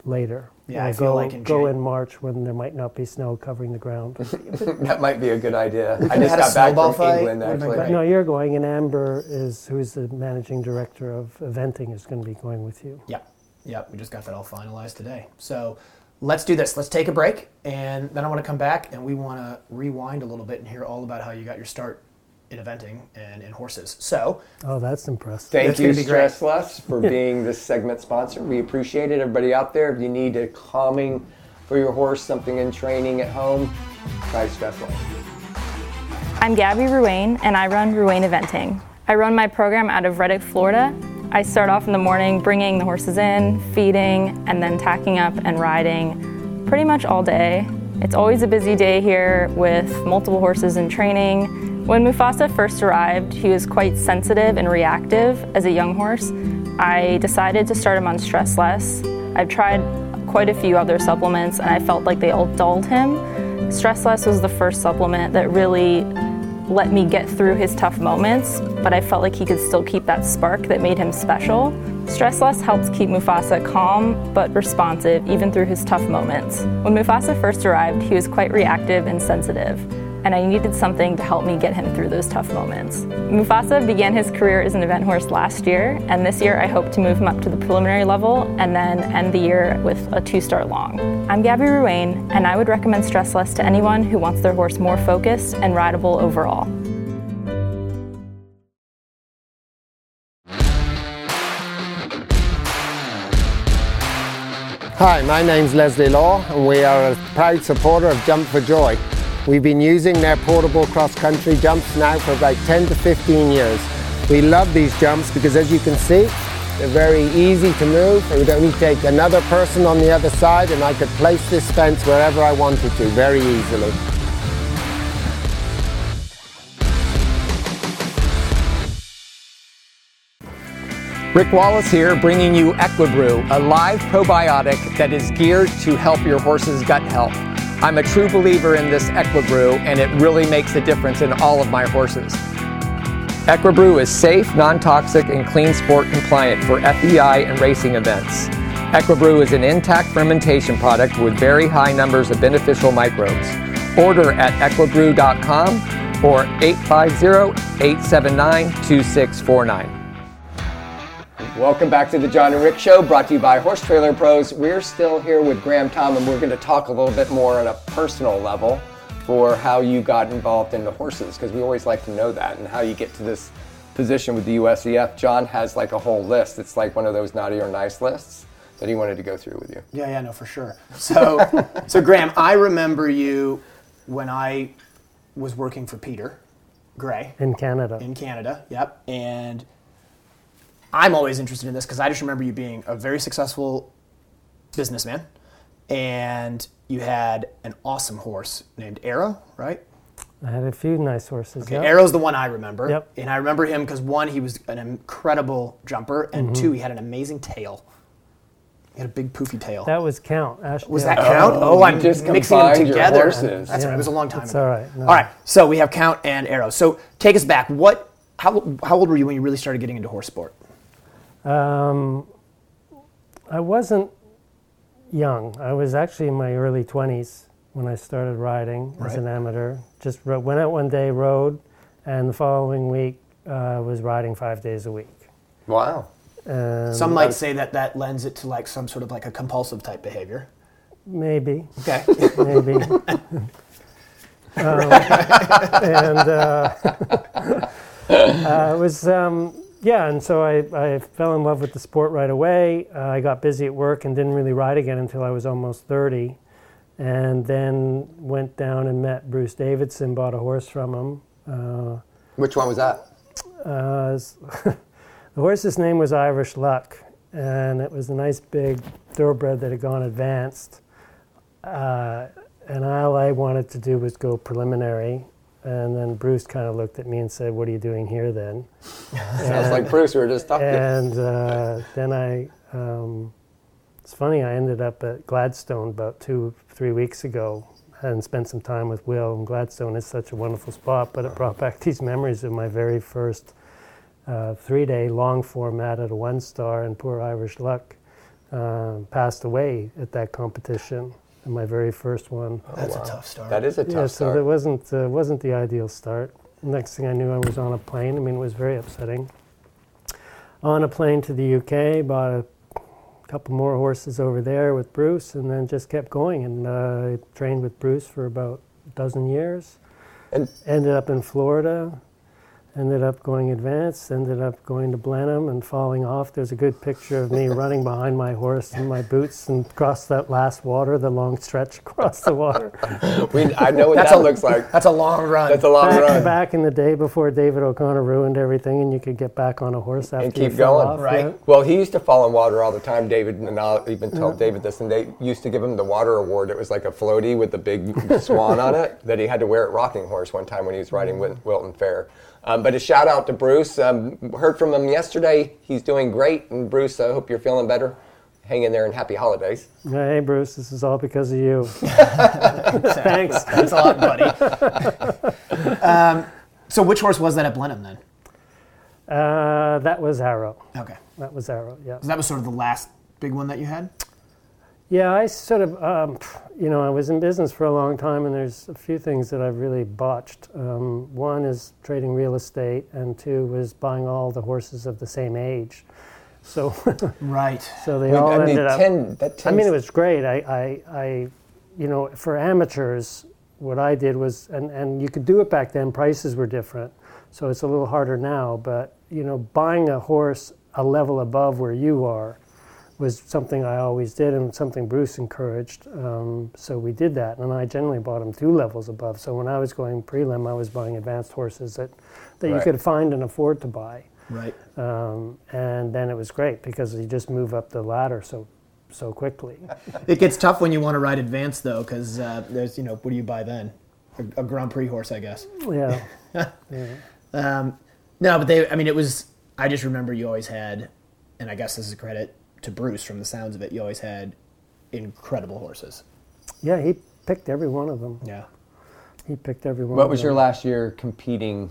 F: later.
C: Yeah,
F: And
C: I feel
F: go,
C: like in
F: go
C: Jan-
F: in March when there might not be snow covering the ground.
B: That might be a good idea. I
C: had
B: just
C: a
B: got back
C: snowball
B: from
C: fight.
B: England
C: Would've been
B: actually.
C: great.
F: No, you're going, and Amber is who's the managing director of eventing is going to be going with you.
C: Yep. Yep. We just got that all finalized today. So let's do this. Let's take a break, and then I want to come back and we want to rewind a little bit and hear all about how you got your start in eventing and in horses. So
F: Oh, that's impressive.
B: Thank
C: That's
B: you,
C: gonna be great.
B: Stress Less, for being this segment sponsor. We appreciate it. Everybody out there, if you need a calming for your horse, something in training at home, try Stress Less.
G: I'm Gabby Ruane, and I run Ruane Eventing. I run my program out of Reddick, Florida. I start off in the morning bringing the horses in, feeding, and then tacking up and riding pretty much all day. It's always a busy day here with multiple horses in training. When Mufasa first arrived, he was quite sensitive and reactive as a young horse. I decided to start him on stress less. I've tried quite a few other supplements and I felt like they all dulled him. Stress less was the first supplement that really let me get through his tough moments, but I felt like he could still keep that spark that made him special. Stress Less helps keep Mufasa calm but responsive even through his tough moments. When Mufasa first arrived, he was quite reactive and sensitive, and I needed something to help me get him through those tough moments. Mufasa began his career as an event horse last year, and this year I hope to move him up to the preliminary level and then end the year with a two star long. I'm Gabby Ruane, and I would recommend Stress Less to anyone who wants their horse more focused and rideable overall.
H: Hi, my name's Leslie Law, and we are a proud supporter of Jump for Joy. We've been using their portable cross-country jumps now for about 10 to 15 years. We love these jumps because, as you can see, they're very easy to move. It would only take another person on the other side, and I could place this fence wherever I wanted to very easily.
B: Rick Wallace here, bringing you Equibrew, a live probiotic that is geared to help your horse's gut health. I'm a true believer in this Equibrew, and it really makes a difference in all of my horses. Equibrew is safe, non toxic, and clean sport compliant for FEI and racing events. Equibrew is an intact fermentation product with very high numbers of beneficial microbes. Order at equibrew.com or 850 879 2649. Welcome back to the John and Rick Show, brought to you by Horse Trailer Pros. We're still here with Graham Tom, and we're going to talk a little bit more on a personal level for how you got involved into horses, because we always like to know that and how you get to this position with the USEF. John has like a whole list. It's like one of those naughty or nice lists that he wanted to go through with you.
C: Yeah, yeah, no, for sure. So, so Graham, I remember you when I was working for Peter Gray
F: In Canada,
C: in Canada. Yep. And I'm always interested in this because I just remember you being a very successful businessman, and you had an awesome horse named Arrow, right?
F: I had a few nice horses.
C: Okay,
F: yeah.
C: Arrow's the one I remember.
F: Yep.
C: And I remember him because one, he was an incredible jumper, and two, he had an amazing tail. He had a big poofy tail.
F: That was count. Ash
C: Was that count? Oh, I'm
B: just
C: mixing them
B: combined your
C: together.
B: horses.
C: That's right. It was a long time
F: It's
C: ago.
F: all right, no.
C: All right. So we have count and arrow. So take us back. What
D: How, how old were you when you really started getting into horse sport?
F: Um, I wasn't young. I was actually in my early 20s when I started riding as
D: Right.
F: an amateur. Just ro- went out one day, rode, and the following week uh, was riding five days a week.
B: Wow.
F: Um,
D: Some might say that that lends it to like some sort of like a compulsive type behavior.
F: maybe,
D: Okay.
F: maybe. um, and uh, uh, it was, um, yeah, and so I, I fell in love with the sport right away. Uh, I got busy at work and didn't really ride again until I was almost 30. And then went down and met Bruce Davidson, bought a horse from him. Uh,
B: Which one was that?
F: uh, s- the horse's name was Irish Luck, and it was a nice big thoroughbred that had gone advanced. Uh, and all I wanted to do was go preliminary. And then Bruce kind of looked at me and said, What are you doing here then?
B: Sounds like Bruce. We were just talking.
F: And uh, then I, um, it's funny, I ended up at Gladstone about two, three weeks ago and spent some time with Will. And Gladstone is such a wonderful spot, but it brought back these memories of my very first uh, three day long format at a one star, and poor Irish luck uh, passed away at that competition. And my very first one.
D: That's a tough start.
B: that is a tough
F: Yeah, so
B: start.
F: that wasn't uh, wasn't the ideal start. Next thing I knew, I was on a plane. I mean, it was very upsetting. On a plane to the UK, bought a couple more horses over there with Bruce, and then just kept going. And uh, I trained with Bruce for about a dozen years.
B: And-
F: ended up in Florida. Ended up going advanced. Ended up going to Blenheim and falling off. There's a good picture of me running behind my horse in my boots and across that last water, the long stretch across the water.
B: we, I know what that looks like.
D: That's a long run.
B: That's a long
F: back,
B: run.
F: back in the day before David O'Connor ruined everything, and you could get back on a horse after
B: and
F: you
B: keep
F: fell
B: going.
F: off, yeah.
B: Well, he used to fall in water all the time, David, and I'll even tell David this. And they used to give him the water award. It was like a floaty with the big swan on it that he had to wear at Rocking Horse one time when he was riding with Wilton Fair. Um, but a shout out to Bruce. Um, heard from him yesterday. He's doing great. And Bruce, I hope you're feeling better. Hang in there and happy holidays.
F: Hey, Bruce, this is all because of you. Thanks.
D: Thanks a lot, buddy. um, so which horse was that at Blenheim then?
F: Uh, that was Arrow.
D: Okay.
F: That was Arrow. Yeah.
D: So that was sort of the last big one that you had?
F: Yeah, I sort of, um, you know, I was in business for a long time, and there's a few things that I've really botched. Um, one is trading real estate, and two was buying all the horses of the same age. So,
D: Right.
F: so they
B: I mean,
F: all
B: I mean,
F: ended up.
B: 10, that
F: I
B: 10
F: mean, it was great. I, I, I, you know, for amateurs, what I did was, and, and you could do it back then, prices were different. So it's a little harder now, but, you know, buying a horse a level above where you are was something I always did and something Bruce encouraged. Um, so we did that. And I generally bought them two levels above. So when I was going prelim, I was buying advanced horses that, that you
B: Right.
F: could find and afford to buy
D: Right.
F: um, and then it was great because you just move up the ladder so so quickly.
D: It gets tough when you want to ride advanced though, because uh, there's, you know, what do you buy then? A, a Grand Prix horse, I guess.
F: Yeah,
D: Um, no, but they, I mean, it was, I just remember you always had, and I guess this is credit to Bruce from the sounds of it, you always had incredible horses.
F: yeah. He picked every one of them.
D: Yeah.
F: He picked every one.
B: What
F: of
B: was your
F: them.
B: last year competing?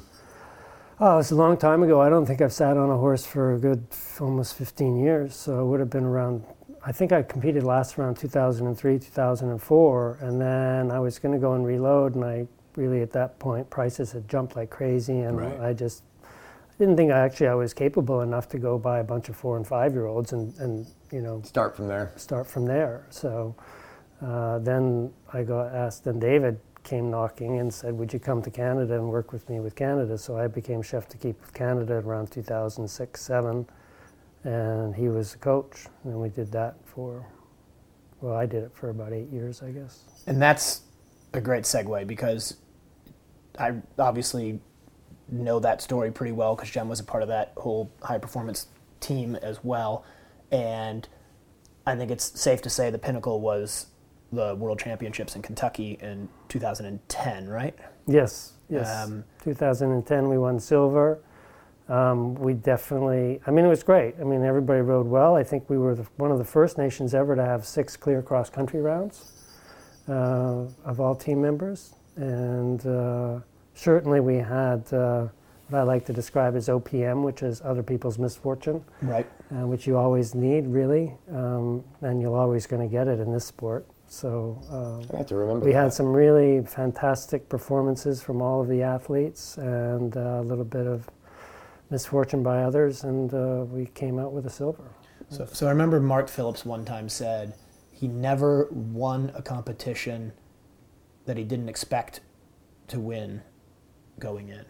F: Oh, it's a long time ago. I don't think I've sat on a horse for a good f- almost 15 years. So it would have been around. I think I competed last around 2003, 2004, and then I was going to go and reload, and I really at that point prices had jumped like crazy, and
B: Right.
F: I just I didn't think I actually I was capable enough to go buy a bunch of four and five year olds and and you know
B: Start from there.
F: start from there. So uh, then I got asked, and David came knocking and said, Would you come to Canada and work with me with Canada? So I became chef to keep with Canada around 2006 7, and he was the coach. And we did that for, well, I did it for about eight years, I guess.
D: And that's a great segue because I obviously know that story pretty well because Jem was a part of that whole high performance team as well. And I think it's safe to say the pinnacle was the World Championships in Kentucky in 2010, right?
F: Yes, yes.
D: Um,
F: 2010, we won silver. Um, we definitely, I mean, it was great. I mean, everybody rode well. I think we were the, one of the first nations ever to have six clear cross country rounds uh, of all team members. And uh, certainly we had uh, what what I like to describe as OPM, which is other people's misfortune,
C: Right.
F: uh, which you always need, really, um, and you're always going to get it in this sport. So uh,
B: I have to remember
F: we
B: that.
F: had some really fantastic performances from all of the athletes and uh, a little bit of misfortune by others, and uh, we came out with a silver.
C: So, so I remember Mark Phillips one time said he never won a competition that he didn't expect to win going in.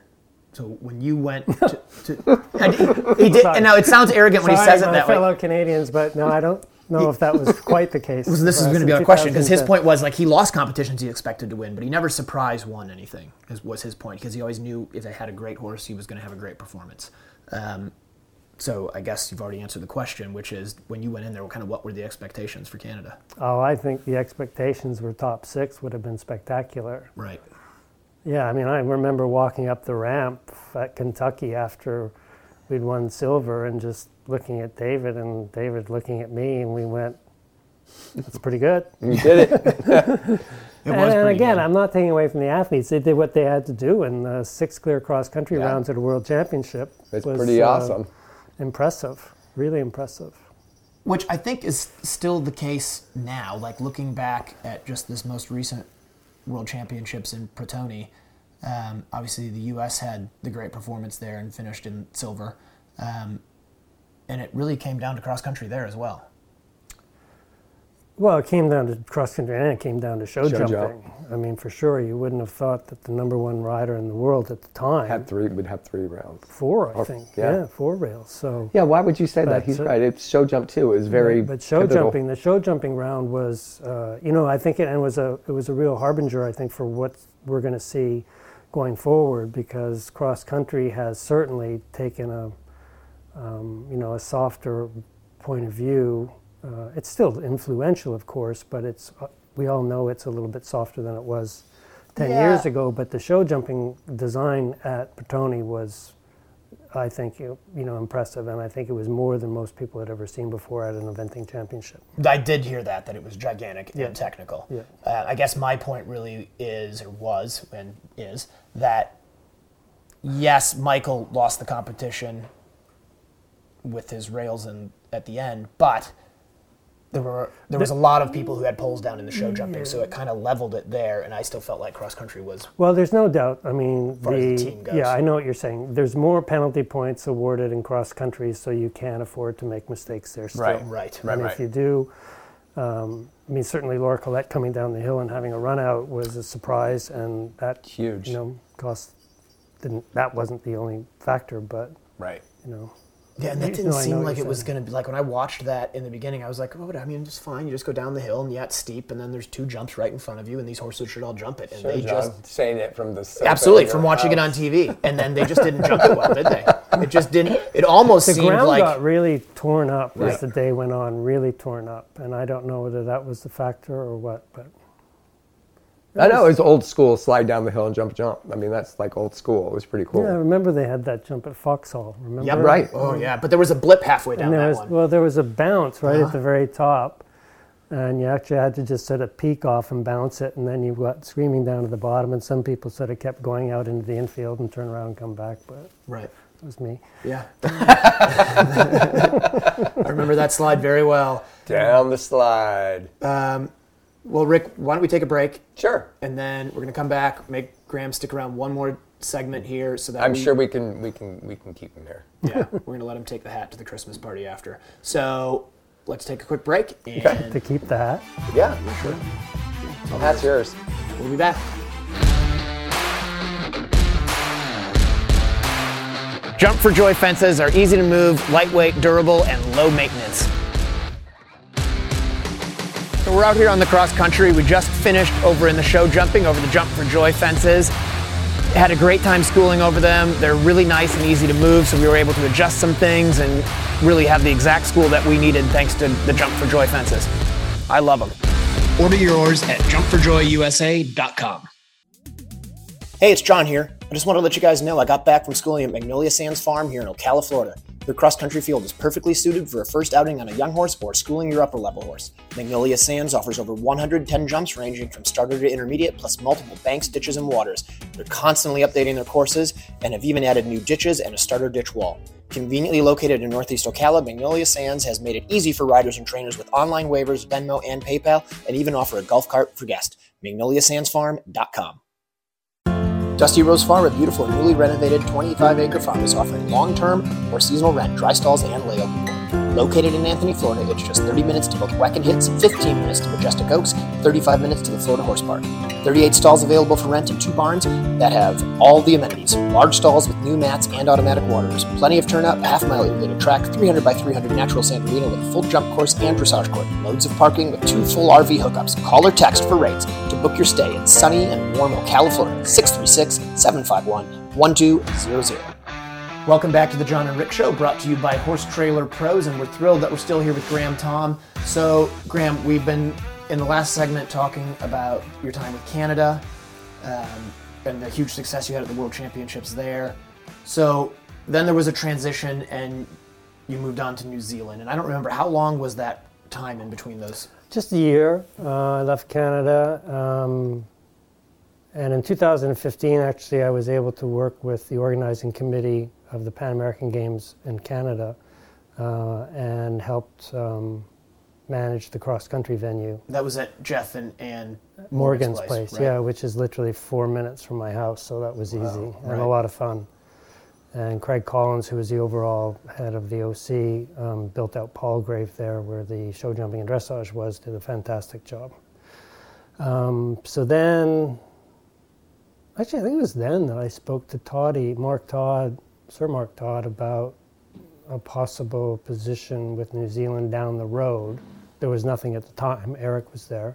C: So when you went to, to and he, he did, and now it sounds arrogant when he
F: Sorry,
C: says it
F: my
C: that way.
F: fellow Canadians, but no, I don't know if that was quite the case.
C: So this is
F: for us
C: going to
F: in
C: be our question because his
F: 2010.
C: point was like he lost competitions he expected to win, but he never surprise won anything. Is, was his point because he always knew if they had a great horse, he was going to have a great performance. Um, so I guess you've already answered the question, which is when you went in there, what kind of what were the expectations for Canada?
F: Oh, I think the expectations were top six would have been spectacular.
C: Right.
F: Yeah, I mean, I remember walking up the ramp at Kentucky after we'd won silver and just looking at David and David looking at me, and we went, that's pretty good.
B: You did it.
C: It
F: And, and Uh, again, I'm not taking away from the athletes. They did what they had to do in the six clear cross country
B: Yeah.
F: rounds at a world championship.
B: It's
F: was,
B: pretty
F: uh,
B: awesome.
F: Impressive, really impressive.
C: which I think is still the case now. Like looking back at just this most recent World Championships in Protoni, um, obviously the U.S. had the great performance there and finished in silver, um, and it really came down to cross country there as well.
F: Well, it came down to cross country and it came down to show,
B: Show jump.
F: jumping. I mean, for sure, you wouldn't have thought that the number one rider in the world at the time
B: Had three. Would have three rounds.
F: four, I
B: Or-
F: think.
B: yeah.
F: Yeah. four rails. So,
B: Yeah. Why would you say that?
F: That's
B: He's
F: it.
B: right. It's show jump too. Is very.
F: but show
B: pivotal.
F: jumping, the show jumping round was, uh, you know, I think it and was a it was a real harbinger, I think, for what we're going to see going forward because cross country has certainly taken a, um, you know, a softer point of view. Uh, it's still influential, of course, but it's uh, we all know it's a little bit softer than it was. 10 years ago, but the show jumping design at Patoni was I think you you know impressive, and I think it was more than most people had ever seen before at an eventing championship.
C: I did hear that that it was gigantic
F: Yeah.
C: and technical.
F: Yeah.
C: Uh, I guess my point really is, or was, and is that yes, Michael lost the competition with his rails and at the end, but there were there was a lot of people who had poles down in the show jumping, so it kind of leveled it there. And I still felt like cross country was
F: Well, there's no doubt. I mean,
C: far as the team goes.
F: yeah, I know what you're saying. There's more penalty points awarded in cross country, so you can't afford to make mistakes there. Still.
B: Right.
C: right.
F: And if you do, um, I mean, certainly Laura Collette coming down the hill and having a run out was a surprise, and that
B: Huge.
F: You know, cost didn't that wasn't the only factor, but
B: Right.
F: you know,
C: Yeah, and
F: No,
C: that didn't
F: I know
C: seem
F: what
C: like
F: you're
C: it was
F: saying.
C: going to be like when I watched that in the beginning, I was like, oh, I mean, it's fine. You just go down the hill and yeah, it's steep, and then there's two jumps right in front of you, and these horses should all jump it. And
B: Show
C: they just
B: jump. Saying it from the. sofa
C: Absolutely,
B: of
C: from
B: your
C: watching it on
B: house.
C: TV, and then they just didn't jump it well, did they? It just didn't. It almost
F: the
C: seemed
F: ground
C: like
F: got really torn up
C: Right.
F: as the day went on, really torn up, and I don't know whether that was the factor or what, but.
B: I know it's old school. Slide down the hill and jump, jump. I mean, that's like old school. It was pretty cool.
F: Yeah, I remember they had that jump at Foxhall. Remember?
C: Yep.
B: Right.
C: Oh yeah, but there was a blip halfway down
F: And there
C: that
F: was
C: one.
F: well, there was a bounce right
C: Uh-huh.
F: at the very top, and you actually had to just sort of peek off and bounce it, and then you got screaming down to the bottom. And some people sort of kept going out into the infield and turn around and come back, but
C: right.
F: it was me.
C: Yeah. I remember that slide very well. Um,
B: Down the slide.
C: Well, Rick, why don't we take a break,
B: sure.
C: and then we're gonna come back, make Graham stick around one more segment here, so that
B: I'm
C: we,
B: sure we can. We can. We can keep him here.
C: yeah, we're gonna let him take the hat to the Christmas party after. So let's take a quick break, and
F: To keep the hat.
B: Yeah. Sure. That's yours.
C: we'll be back. Jump for Joy fences are easy to move, lightweight, durable, and low maintenance. So we're out here on the cross country. We just finished over in the show jumping over the Jump for Joy fences. Had a great time schooling over them. They're really nice and easy to move, so we were able to adjust some things and really have the exact school that we needed thanks to the Jump for Joy fences. I love them. Order yours at jumpforjoyusa.com.
D: Hey, it's John here. I I just wanted to let you guys know I got back from schooling at Magnolia Sands Farm here in Ocala, Florida. Their cross country field is perfectly suited for a first outing on a young horse or schooling your upper level horse. Magnolia Sands offers over 110 jumps ranging from starter to intermediate, plus multiple banks, ditches, and waters. They're constantly updating their courses and have even added new ditches and a starter ditch wall. Conveniently located in Northeast Ocala, Magnolia Sands has made it easy for riders and trainers with online waivers, Venmo, and PayPal, and even offer a golf cart for guests. MagnoliaSandsFarm.com. Dusty Rose Farm, a beautiful and newly renovated 25 acre farm, is offering long term or seasonal rent, dry stalls, and layover. Located in Anthony, Florida, it's just 30 minutes to both Wecken Hits, 15 minutes to Majestic Oaks, 35 minutes to the Florida Horse Park. 38 stalls available for rent and two barns that have all the amenities large stalls with new mats and automatic waters, plenty of turnout, a half mile irrigated track, 300 by 300 natural sand arena with a full jump course and dressage court, loads of parking with two full RV hookups. Call or text for rates to book your stay in sunny and warm Ocala, Florida, 636 751 1200. Welcome back to the John and Rick Show, brought to you by Horse Trailer Pros, and we're thrilled that we're still here with Graham Tom. So, Graham, we've been in the last segment talking about your time with Canada um, and the huge success you had at the World Championships there. So, then there was a transition, and you moved on to New Zealand. And I don't remember how long was that time in between those.
F: Just a year. Uh, I left Canada. Um, and in 2015, actually, I was able to work with the organizing committee of the Pan American Games in Canada uh, and helped um, manage the cross country venue,
D: That was at Jeff and and
F: Morgan's Place,
D: right?
F: yeah, which is literally four minutes from my house, so that was easy and
D: right.
F: a lot of fun. And Craig Collins, who was the overall head of the OC, um, built out Palgrave there, where the show jumping and dressage was, did a fantastic job. Um, so then, actually, I think it was then that I spoke to Toddy, Mark Todd, Sir Mark Todd, about a possible position with New Zealand down the road. There was nothing at the time. Eric was there.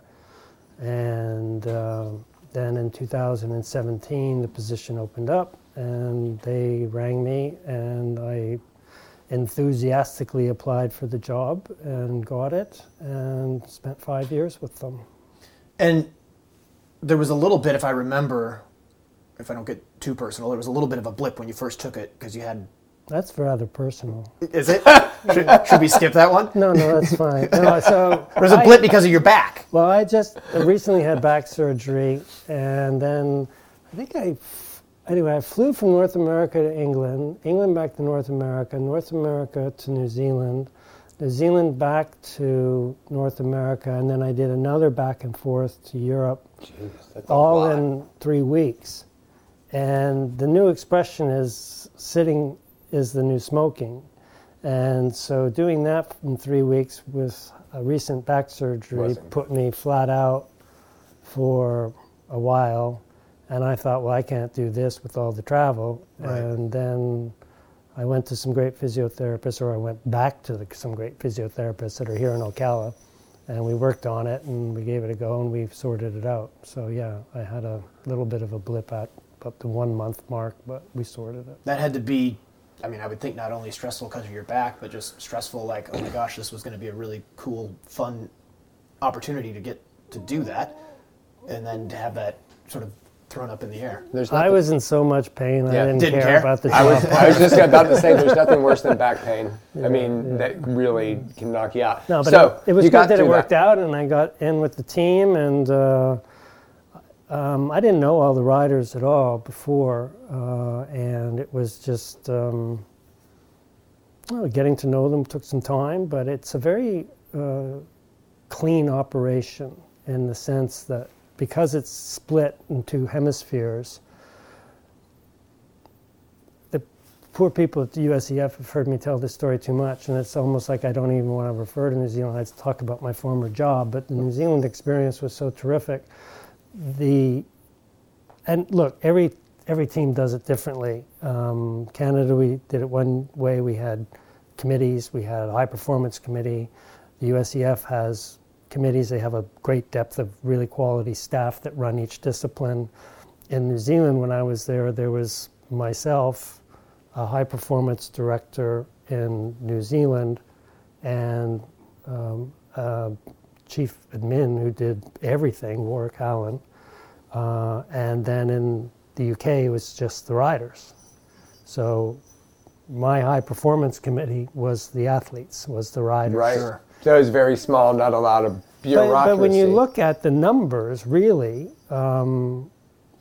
F: And uh, then in 2017, the position opened up and they rang me and I enthusiastically applied for the job and got it and spent five years with them.
D: And there was a little bit, if I remember, if I don't get too personal, there was a little bit of a blip when you first took it because you had.
F: That's rather personal.
D: Is it? should, should we skip that one?
F: No, no, that's fine. No, so
D: There's a
F: I-
D: blip because of your back.
F: Well, I just recently had back surgery, and then I think I, anyway, I flew from North America to England, England back to North America, North America to New Zealand, New Zealand back to North America, and then I did another back and forth to Europe,
B: That's a
F: all
B: lot.
F: in three weeks. And the new expression is sitting is the new smoking. And so doing that in three weeks with a recent back surgery
B: Wasn't.
F: put me flat out for a while. And I thought, well, I can't do this with all the travel. And then I went to some great physiotherapists, or I went back to the, some great physiotherapists that are here in Ocala. And we worked on it and we gave it a go and we sorted it out. So, yeah, I had a little bit of a blip at about the one month mark, but we sorted it.
D: That had to be, I mean, I would think not only stressful because of your back, but just stressful like, oh my gosh, this was going to be a really cool, fun opportunity to get to do that. And then to have that sort of thrown up in the air.
B: There's
F: I
B: nothing-
F: was in so much pain, I
B: Yeah.
F: didn't,
D: Didn't
F: care,
D: care.
F: about the
B: I was,
F: job.
B: I was just about to say there's nothing worse than back pain. I mean, that really can knock you out.
F: No, but
B: so,
F: it, it was
B: you got
F: good that it
B: through
F: worked out, and I got in with the team, and uh, um, I didn't know all the riders at all before, uh, and it was just um, well, getting to know them took some time, but it's a very uh, clean operation in the sense that because it's split into hemispheres. the Poor people at the USEF have heard me tell this story too much, and it's almost like I don't even want to refer to New Zealand. I talk about my former job, but the New Zealand experience was so terrific. The and look, every every team does it differently. Um, Canada, we did it one way. We had committees. We had a high performance committee. The USEF has committees. They have a great depth of really quality staff that run each discipline. In New Zealand, when I was there, there was myself, a high performance director in New Zealand, and um, a chief admin who did everything, Warwick Allen. Uh, and then in the UK, it was just the riders. So my high performance committee was the athletes, was the riders.
B: right? So it was very small, not a lot of
F: But,
B: bureaucracy.
F: but when you look at the numbers, really, um,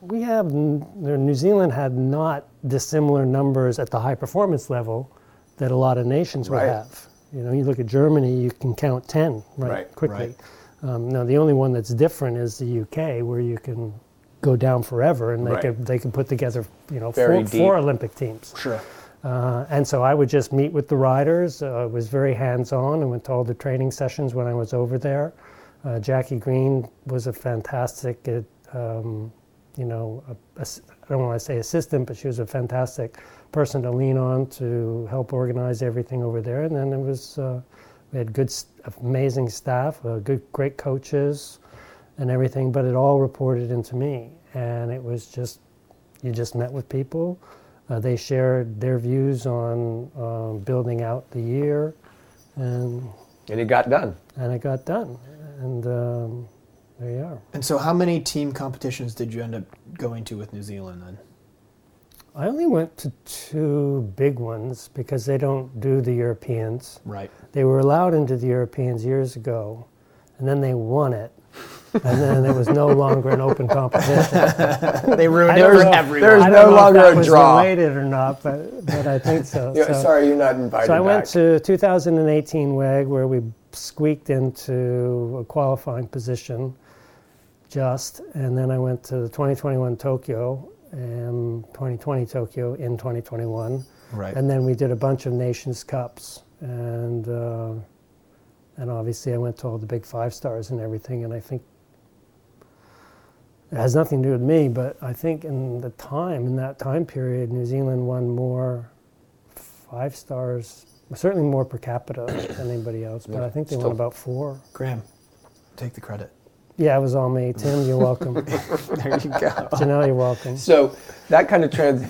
F: we have n- New Zealand had not dissimilar numbers at the high performance level that a lot of nations will
B: Right.
F: have. You know, you look at Germany, you can count ten right,
B: Right,
F: quickly. Um, now the only one that's different is the UK, where you can go down forever, and they
B: Right.
F: could they can put together you know
B: Very
F: four, four
B: deep.
F: Olympic teams.
C: Sure.
F: Uh, and so I would just meet with the riders. Uh, I was very hands on and went to all the training sessions when I was over there. Uh, Jackie Green was a fantastic, uh, um, you know, I I don't want to say assistant, but she was a fantastic person to lean on to help organize everything over there. And then it was, uh, we had good, s- amazing staff, uh, good, great coaches, and everything. But it all reported into me, and it was just you just met with people. Uh, they shared their views on um, building out the year, and
B: and it got done.
F: and it got done. And um, there you are.
C: And so, how many team competitions did you end up going to with New Zealand then?
F: I only went to two big ones because they don't do the Europeans.
C: Right.
F: They were allowed into the Europeans years ago, and then they won it, and then it was no longer an open competition.
C: They ruined
F: I don't know-
B: There's
F: I
B: no
F: don't know if
B: longer
F: that
B: a
F: was
B: draw.
F: Related or not, but but I think so.
B: Yeah,
F: So-
B: sorry, you're not invited
F: So I went
B: back.
F: to 2018 WEG where we squeaked into a qualifying position just, and then I went to the 2021 Tokyo and 2020 Tokyo in 2021,
C: Right.
F: and then we did a bunch of Nations Cups and uh, and obviously I went to all the big five stars and everything, and I think. It has nothing to do with me, but I think in the time, in that time period, New Zealand won more five stars, certainly more per capita than anybody else, but I think they
B: still-
F: won about four.
C: Graham, take the credit.
F: Yeah, it was all me. Tim, you're welcome.
C: There you go.
F: Janelle, you're welcome.
B: So that kind of trans,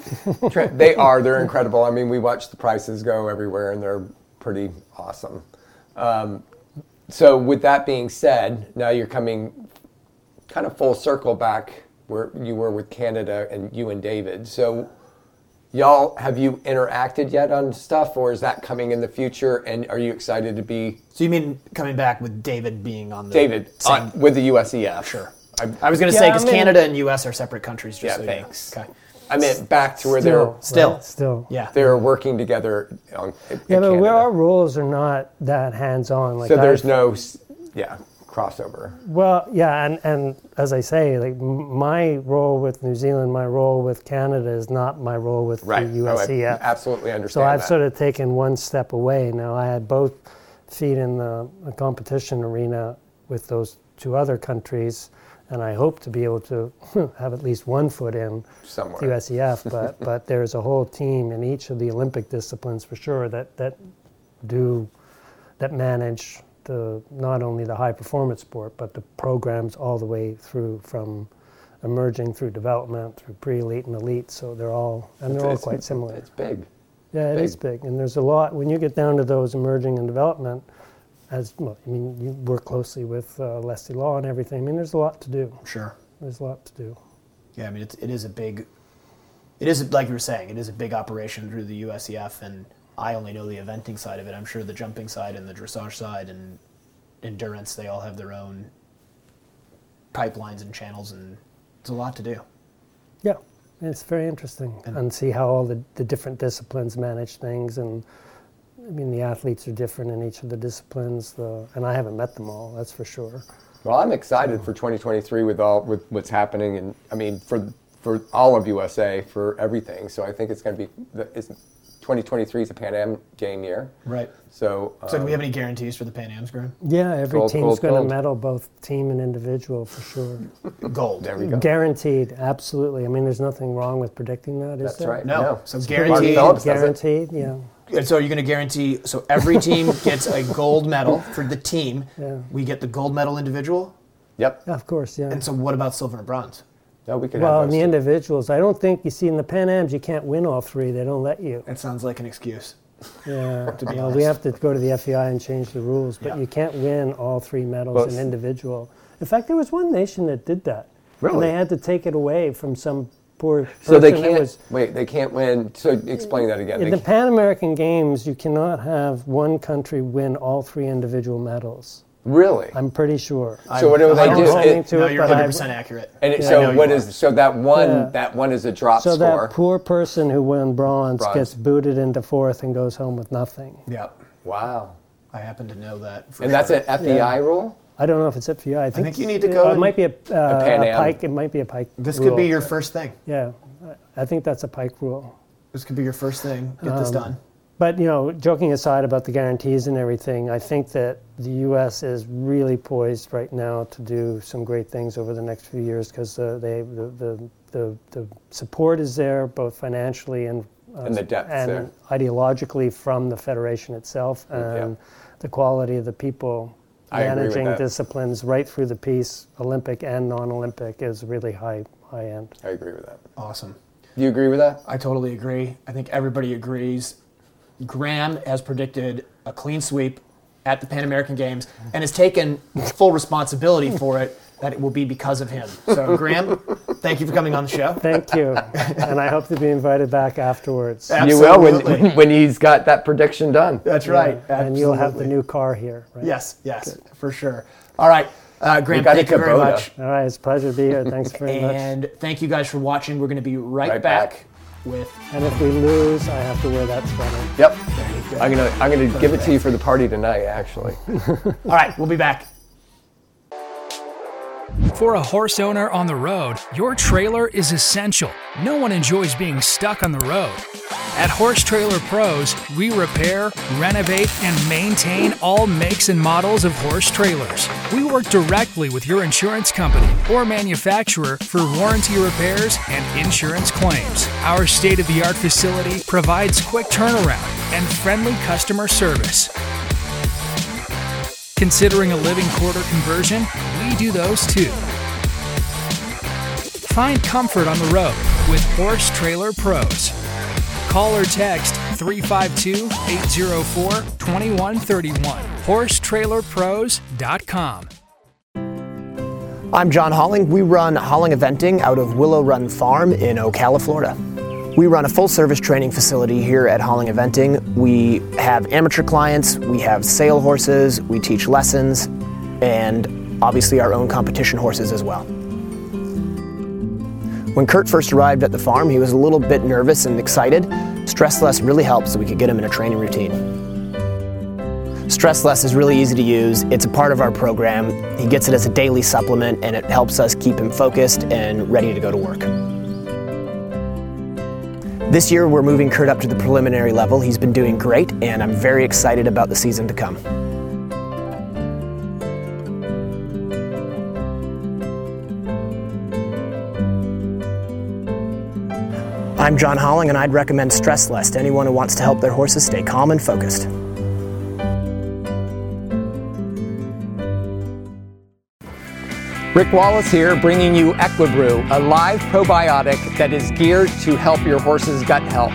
B: tran- they are, they're incredible. I mean, we watch the prices go everywhere and they're pretty awesome. Um, so, with that being said, now you're coming kind of full circle back where you were with Canada and you and David. So, y'all, have you interacted yet on stuff or is that coming in the future? And are you excited to be
C: So you mean coming back with David being on the
B: David uh,
C: same-
B: on, with the USEF?
C: Sure.
B: I,
C: I was going to
F: Yeah,
C: say because
F: I'm in-
C: Canada and U.S. are separate countries. Just
B: Yeah,
C: so you know.
B: thanks.
C: Okay.
B: I meant back to where
F: Still,
B: they're
F: right?
C: Still.
F: Still.
C: Yeah.
B: they're working together on in
F: Yeah, but
B: Canada.
F: where our rules are not that hands on. Like
B: so there's
F: I've-
B: no s- yeah crossover
F: Well, yeah, and, and as I say, like m- my role with New Zealand, my role with Canada is not my role with
B: right
F: the
B: No, I
F: USEF.
B: absolutely
F: So
B: understand
F: I've
B: that.
F: sort of taken one step away. Now I had both feet in the, the competition arena with those two other countries, and I hope to be able to have at least one foot in
B: Somewhere.
F: the USEF. But but there's a whole team in each of the Olympic disciplines for sure that that do that manage the not only the high performance sport but the programs all the way through from emerging through development through pre-elite and elite so they're all and they're all
B: It's-
F: quite similar
B: it's big
F: yeah, it is big, and there's a lot when you get down to those emerging and development. As well, I mean, you work closely with uh, Leslie Law and everything. I mean, there's a lot to do.
C: Sure.
F: There's a lot to do.
C: Yeah, I mean, it's, it is a big, it is, like you were saying, it is a big operation through the USEF, and I only know the eventing side of it. I'm sure the jumping side and the dressage side and endurance, they all have their own pipelines and channels, and it's a lot to do.
F: Yeah, it's very interesting and, see how all the, the different disciplines manage things. And I mean, the athletes are different in each of the disciplines. The, and I haven't met them all, that's for sure.
B: well i'm excited for 2023 with all with what's happening and i mean for for all of usa for everything so i think it's going to be the- it's, 2023 is a pan am game year
C: Right.
B: so, um,
C: So, do we have any guarantees for the Pan Am's, Graham?
F: Yeah, every
B: Gold,
F: team's
B: gold,
F: going
B: gold.
F: to medal, both team and individual, for sure.
C: Gold.
B: there we go
F: Guaranteed, absolutely. I mean, there's nothing wrong with predicting that, is
B: that's
F: there?
B: right
C: No. So,
B: Mark
C: guaranteed.
B: Phillips does it.
F: Guaranteed, yeah.
C: And So, are you going to guarantee? So, every team gets a gold medal for the team.
F: Yeah.
C: We get the gold medal individual.
B: yep
F: Of course, yeah.
C: And so, what about silver and bronze?
B: no we could have
F: Well, in
B: those
F: the
B: two.
F: individuals, I don't think you see in the Pan Ams you can't win all three. They don't let you.
C: That sounds like an excuse.
F: Yeah,
C: be
F: well, we
C: honest.
F: have to go to the FEI and change the rules, but
C: Yeah.
F: you can't win all three medals
B: Well,
F: in
B: it's-
F: individual. In fact, there was one nation that did that. And
B: Really?
F: they had to take it away from some poor
B: So they
F: person that
B: can't
F: was-
B: wait. They can't win. So explain that again.
F: in
B: They
F: the
B: can't-
F: Pan American Games, you cannot have one country win all three individual medals.
B: really?
F: I'm pretty sure.
B: so what do they
F: I'm
B: do?
F: holding
B: It-
F: to
C: no,
F: it,
C: you're
F: but I-
C: 100 percent accurate.
B: and it,
F: Yeah, I
B: so
F: know
B: what
F: you
B: is so that one
F: Yeah.
B: that one is a drop
F: so
B: score.
F: that poor person who won bronze,
B: Bronze.
F: gets booted into fourth and goes home with nothing.
C: Yeah,
B: wow.
C: I happen to know that. For
B: And that's
C: sure.
B: an FEI rule.
F: I don't know if it's FEI. I think,
C: think you need to
F: it-
C: go
F: oh, It
C: and-
F: might be a, uh, a
B: Pan Am.
F: pike. It might be a pike.
C: This could be
F: rule.
C: your first thing.
F: Yeah, I- I think that's a pike rule.
C: This could be your first thing. Get this done.
F: But you know, joking aside about the guarantees and everything, I think that the U.S. is really poised right now to do some great things over the next few years because uh, they the, the the the support is there both financially and uh,
B: And the depth's
F: and
B: there.
F: ideologically from the federation itself and the quality of the people
B: I agree with
F: managing
B: that.
F: disciplines right through the piece, Olympic and non-Olympic, is really high high end.
B: I agree with that.
C: Awesome.
B: Do you agree with that?
C: I totally agree. I think everybody agrees. Graham has predicted a clean sweep at the Pan American Games and has taken full responsibility for it. That it will be because of him. So Graham, thank you for coming on the show.
F: Thank you, and I hope to be invited back afterwards.
B: You will when when he's got that prediction done.
C: That's right.
F: And you'll have the
C: Absolutely.
F: new car here, right?
C: Yes, yes, for sure. All right, uh, Graham,
B: got a
C: thank you very
B: Kubota.
C: much.
F: All right, it's a pleasure to be here. Thanks very much.
C: And thank you guys for watching. We're going to be right,
B: Right
C: back,
B: back.
C: with
F: And if we lose, I have to wear that sweater.
B: Yep. I'm gonna I'm gonna give it to you for the party tonight. Actually.
C: All right, we'll be back.
E: For a horse owner on the road, your trailer is essential. No one enjoys being stuck on the road. At Horse Trailer Pros, we repair, renovate, and maintain all makes and models of horse trailers. We work directly with your insurance company or manufacturer for warranty repairs and insurance claims. Our state of the art facility provides quick turnaround and friendly customer service. Considering a living quarter conversion? We do those too. Find comfort on the road with Horse Trailer Pros. Call or text 352 804 2131. HorseTrailerPros.com.
D: I'm John Holling. We run Holling Eventing out of Willow Run Farm in Ocala, Florida. We run a full service training facility here at Holling Eventing. We have amateur clients, we have sale horses, we teach lessons, and obviously our own competition horses as well. When Kurt first arrived at the farm, he was a little bit nervous and excited. Stress Less really helped so we could get him in a training routine. Stress Less is really easy to use. It's a part of our program. He gets it as a daily supplement and it helps us keep him focused and ready to go to work. This year, we're moving Kurt up to the preliminary level. He's been doing great, and I'm very excited about the season to come. I'm John Holling, and I'd recommend Stress Less to anyone who wants to help their horses stay calm and focused.
B: Rick Wallace here, bringing you Equibrew, a live probiotic that is geared to help your horse's gut health.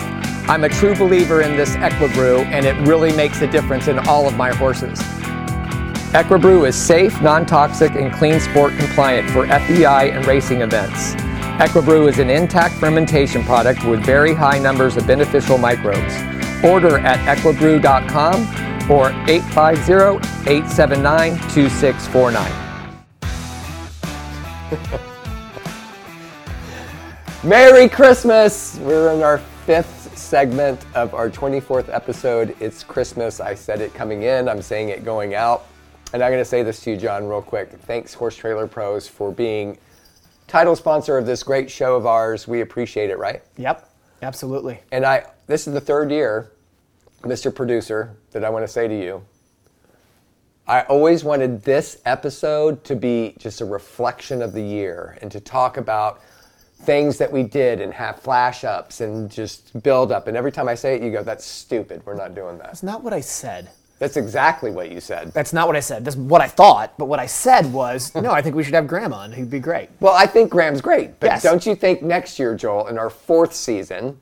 B: I'm a true believer in this Equibrew, and it really makes a difference in all of my horses. Equibrew is safe, non toxic, and clean sport compliant for FEI and racing events. Equibrew is an intact fermentation product with very high numbers of beneficial microbes. Order at equibrew.com or 850 879 2649. Merry Christmas! We're in our fifth segment of our 24th episode. It's Christmas. I said it coming in, I'm saying it going out. And I'm going to say this to you, John, real quick. Thanks, Horse Trailer Pros, for being title sponsor of this great show of ours. We appreciate it, right?
C: Yep, absolutely.
B: And I, this is the third year, Mr. Producer, that I want to say to you. I always wanted this episode to be just a reflection of the year and to talk about things that we did and have flash ups and just build up. And every time I say it, you go, that's stupid. We're not doing that.
C: That's not what I said.
B: That's exactly what you said.
C: That's not what I said. That's what I thought. But what I said was, no, I think we should have Graham on. He'd be great.
B: Well, I think Graham's great, but
C: Yes.
B: don't you think next year, Joel, in our fourth season,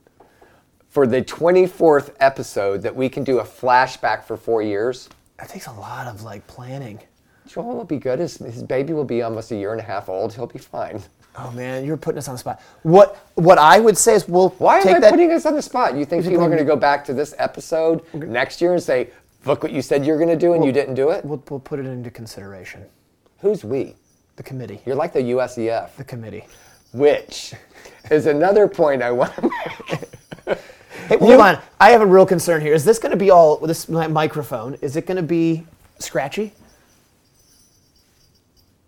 B: for the 24th episode, that we can do a flashback for four years?
C: That takes a lot of like planning.
B: Joel will be good. His, his baby will be almost a year and a half old. He'll be fine.
C: Oh man, you're putting us on the spot. What what I would say is we'll
B: Why
C: take
B: am I
C: that.
B: putting us on the spot? You think people are going to go back to this episode next year and say, "Look what you said you're going to do and you didn't do it"?
C: we'll, we'll put it into consideration.
B: Who's we?
C: The committee.
B: You're like the USEF,
C: the committee.
B: which is another point I want to make.
C: Hey, hold on. I have a real concern here. Is this going to be all this my microphone? Is it going to be scratchy?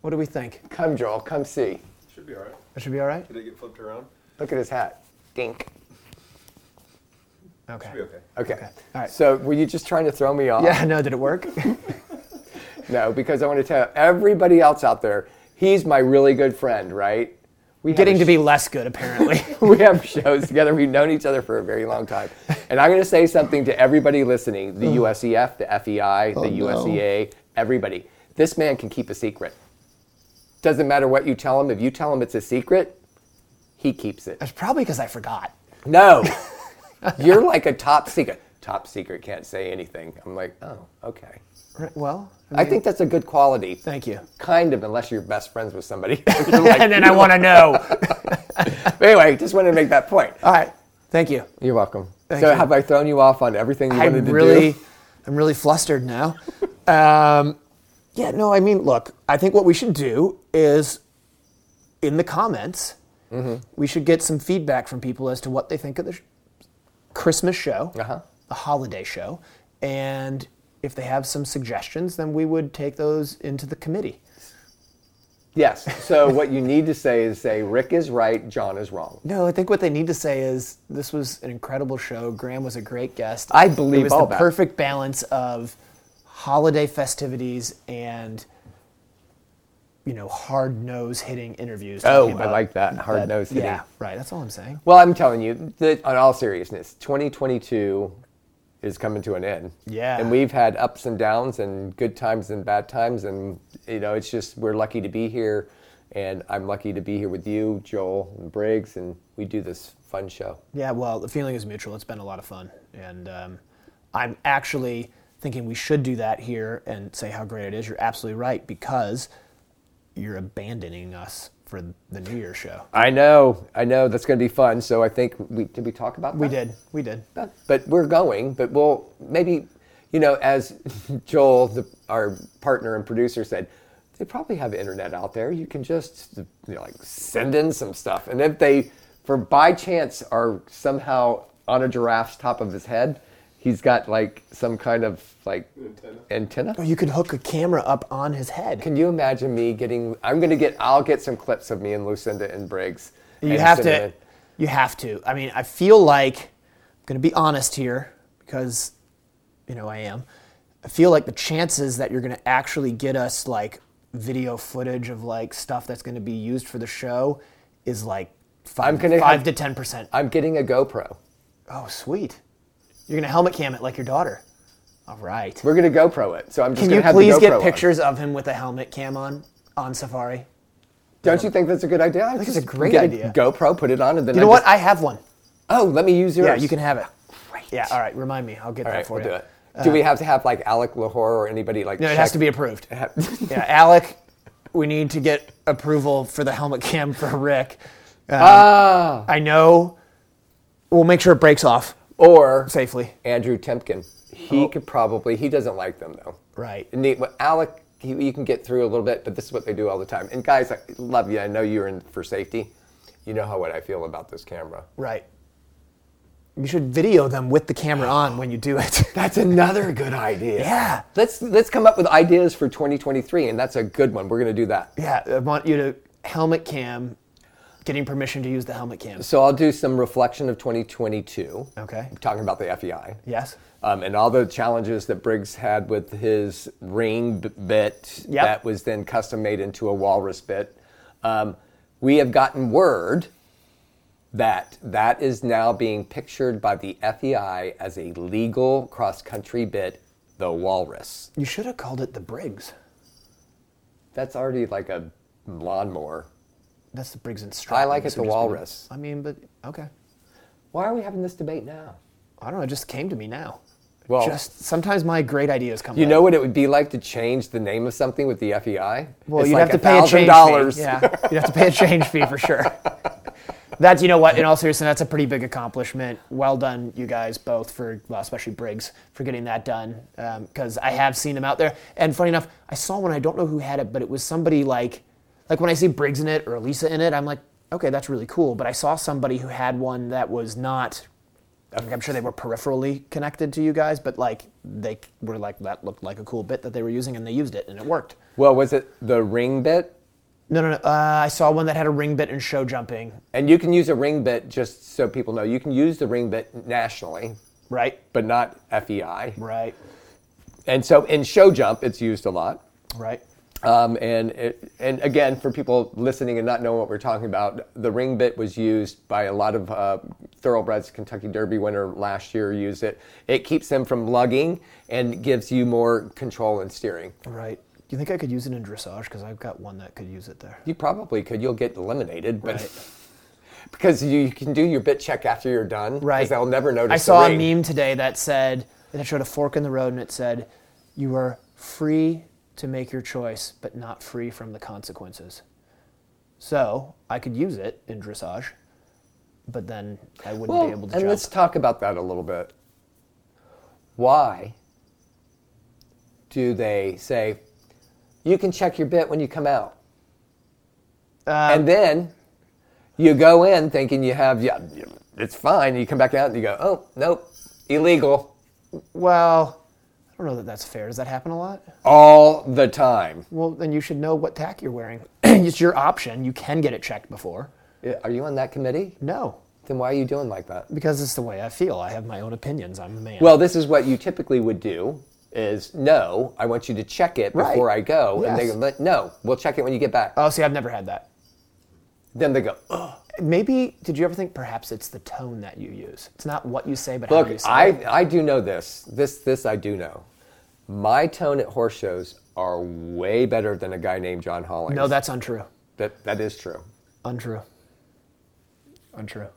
C: What do we think?
B: Come, Joel, come see.
I: Should be all right.
C: That should be all right.
I: Did it get flipped around?
B: Look at his hat. Dink.
C: Okay.
I: Should be okay.
B: Okay.
C: All right.
B: So were you just trying to throw me off?
C: Yeah. No. Did it work?
B: No, because I want to tell everybody else out there, he's my really good friend, right? We have
C: Getting
B: a
C: to be less good apparently.
B: we have shows together. We've known each other for a very long time. And I'm going to say something to everybody listening
C: Oh.
B: the USEF, the FEI, the USEA, everybody. This man can keep a secret. Doesn't matter what you tell him. If you tell him it's a secret, he keeps it.
C: It's probably because I forgot.
B: No. You're like a top secret. Top secret can't say anything. I'm like, oh, okay.
C: Right, Well.
B: I think that's a good quality.
C: Thank you.
B: Kind of, unless you're best friends with somebody. You're like-
C: and then I want to know.
B: But anyway, just wanted to make that point.
C: all right. Thank you.
B: You're welcome.
C: Thank
B: so
C: you.
B: have I thrown you off on everything you
C: I'm
B: wanted to
C: really,
B: do?
C: I'm really flustered now. um, yeah, no, I mean, look, I think what we should do is, in the comments, we should get some feedback from people as to what they think of the sh- Christmas show,
B: Uh-huh.
C: the holiday show, and if they have some suggestions, then we would take those into the committee.
B: Yes. So what you need to say is say Rick is right, John is wrong.
C: No, I think what they need to say is this was an incredible show. Graham was a great guest.
B: I believe
C: it was
B: all
C: the
B: that.
C: perfect balance of holiday festivities and you know hard nose hitting interviews.
B: Oh,
C: talking
B: I
C: about
B: like that hard nose hitting.
C: Yeah, right. That's all I'm saying.
B: Well, I'm telling you, that on all seriousness, 2022 is coming to an end.
C: Yeah.
B: And we've had ups and downs and good times and bad times and you know, it's just we're lucky to be here and I'm lucky to be here with you, Joel and Briggs and we do this fun show.
C: Yeah, well, the feeling is mutual. It's been a lot of fun, and um, I'm actually thinking we should do that here and say how great it is. You're absolutely right because you're abandoning us for the New Year show.
B: I know. I know that's going to be fun. So I think we did we talk about that?
C: We did. We did.
B: But we're going, but we'll maybe, you know, as Joel, the, our partner and producer, said, they probably have internet out there. You can just you know, like send in some stuff. And if they, for by chance, are somehow on a giraffe's top of his head, he's got like some kind of like antenna.
C: Or you could hook a camera up on his head.
B: Can you imagine me getting? I'm gonna get. I'll get some clips of me and Lucinda and Briggs.
C: you
B: and
C: have
B: send them
C: to.
B: in.
C: You have to. I mean, I feel like I'm going to be honest here because, you know, I am. I feel like the chances that you're going to actually get us like video footage of like stuff that's going to be used for the show is like 5
B: I'm gonna
C: five
B: have-
C: to ten percent.
B: I'm getting a GoPro.
C: Oh, sweet! You're going to helmet cam it like your daughter. All right.
B: We're gonna GoPro it. So I'm just
C: Can
B: gonna
C: you
B: have
C: please
B: the
C: get
B: GoPro on.
C: pictures of him with a helmet cam on on Safari?
B: Don't you think that's a good idea? I
C: think it's
B: just
C: a great
B: get
C: idea.
B: GoPro, put it on, and then
C: You
B: I
C: know what?
B: just-
C: I have one.
B: oh, let me use yours.
C: Yeah, you can have it. Yeah. All right. Remind me. I'll get
B: All
C: that
B: right,
C: for
B: we'll
C: you. Uh,
B: do it. do we have to have like Alec Lahore or anybody like?
C: No, it
B: check-
C: has to be approved. yeah, Alec, we need to get approval for the helmet cam for Rick. Um,
B: Ah!
C: I know. We'll make sure it breaks off
B: or
C: safely. Oh.
B: Andrew Temkin. He could probably. He doesn't like them though.
C: Right.
B: And the- well, Alec, he, you can get through a little bit, but this is what they do all the time. And guys, I love you. I know you're in for safety. You know how what I feel about this camera.
C: Right. You should video them with the camera on when you do it.
B: That's another good idea.
C: Yeah.
B: Let's let's come up with ideas for 2023, and that's a good one. We're gonna do that.
C: yeah, I want you to helmet cam, getting permission to use the helmet cam.
B: So I'll do some reflection of 2022.
C: Okay.
B: Talking about the FEI.
C: Yes.
B: Um, and all the challenges that Briggs had with his ring b- bit
C: Yep.
B: that was then custom made into a walrus bit. Um, we have gotten word that that is now being pictured by the FEI as a legal cross country bit, the walrus.
C: You should have called it the Briggs.
B: That's already like a lawnmower.
C: That's the Briggs and Stratton.
B: I like it,
C: So
B: the
C: just-
B: walrus.
C: I mean, but okay.
B: Why are we having this debate now?
C: I don't know. It just came to me now.
B: Well,
C: just sometimes my great ideas come.
B: you
C: up.
B: know what it would be like to change the name of something with the FEI?
C: Well,
B: it's
C: you'd have
B: like
C: to pay a change
B: $1,000.
C: fee. Yeah, you'd have to pay a change fee for sure. That's you know what. In all seriousness, that's a pretty big accomplishment. Well done, you guys both for well, especially Briggs for getting that done. Because I have seen them out there, and funny enough, I saw one. I don't know who had it, but it was somebody like, like when I see Briggs in it or Elisa in it, I'm like, okay, that's really cool. But I saw somebody who had one that was not. I mean, I'm sure they were peripherally connected to you guys, but like they were like that looked like a cool bit that they were using, and they used it, and it worked.
B: Well, was it the ring bit?
C: No, no, no. Uh, I saw one that had a ring bit and show jumping,
B: And you can use a ring bit just so people know. You can use the ring bit nationally,
C: right?
B: but not FEI.
C: Right,
B: And so in show jump, it's used a lot.
C: right.
B: Um, and it, and again, for people listening and not knowing what we're talking about, the ring bit was used by a lot of uh, thoroughbreds. Kentucky Derby winner last year used it. It keeps them from lugging and gives you more control and steering.
C: Right. Do you think I could use it in dressage? Because I've got one that could use it there.
B: You probably could. You'll get eliminated, but
C: Right.
B: because you, you can do your bit check after you're done.
C: Right.
B: Because they'll never notice.
C: I saw
B: the
C: a
B: ring.
C: meme today that said, and it showed a fork in the road and it said, you are free to make your choice, but not free from the consequences. So I could use it in dressage, but then I wouldn't
B: Well,
C: be able to
B: and
C: jump.
B: let's talk about that a little bit. Why do they say you can check your bit when you come out, and then you go in thinking you have yeah, it's fine. You come back out and you go, oh nope, illegal
C: Well, I don't know that that's fair. Does that happen a lot?
B: all the time.
C: Well, then you should know what tack you're wearing. it's your option. You can get it checked before.
B: Yeah, Are you on that committee?
C: No,
B: Then why are you doing like that?
C: because it's the way I feel. I have my own opinions. I'm a man.
B: Well, this is what you typically would do is no, I want you to check it
C: Right.
B: before I go. And they
C: Yes.
B: go, "But no, we'll check it when you get back.
C: oh, see, I've never had that.
B: then they go, "Ugh."
C: Maybe did you ever think perhaps it's the tone that you use? It's not what you say, but how you
B: look,
C: say
B: I,
C: it.
B: I do know this. This this I do know. My tone at horse shows are way better than a guy named John Hollings.
C: No, that's untrue.
B: that that is true.
C: Untrue. Untrue.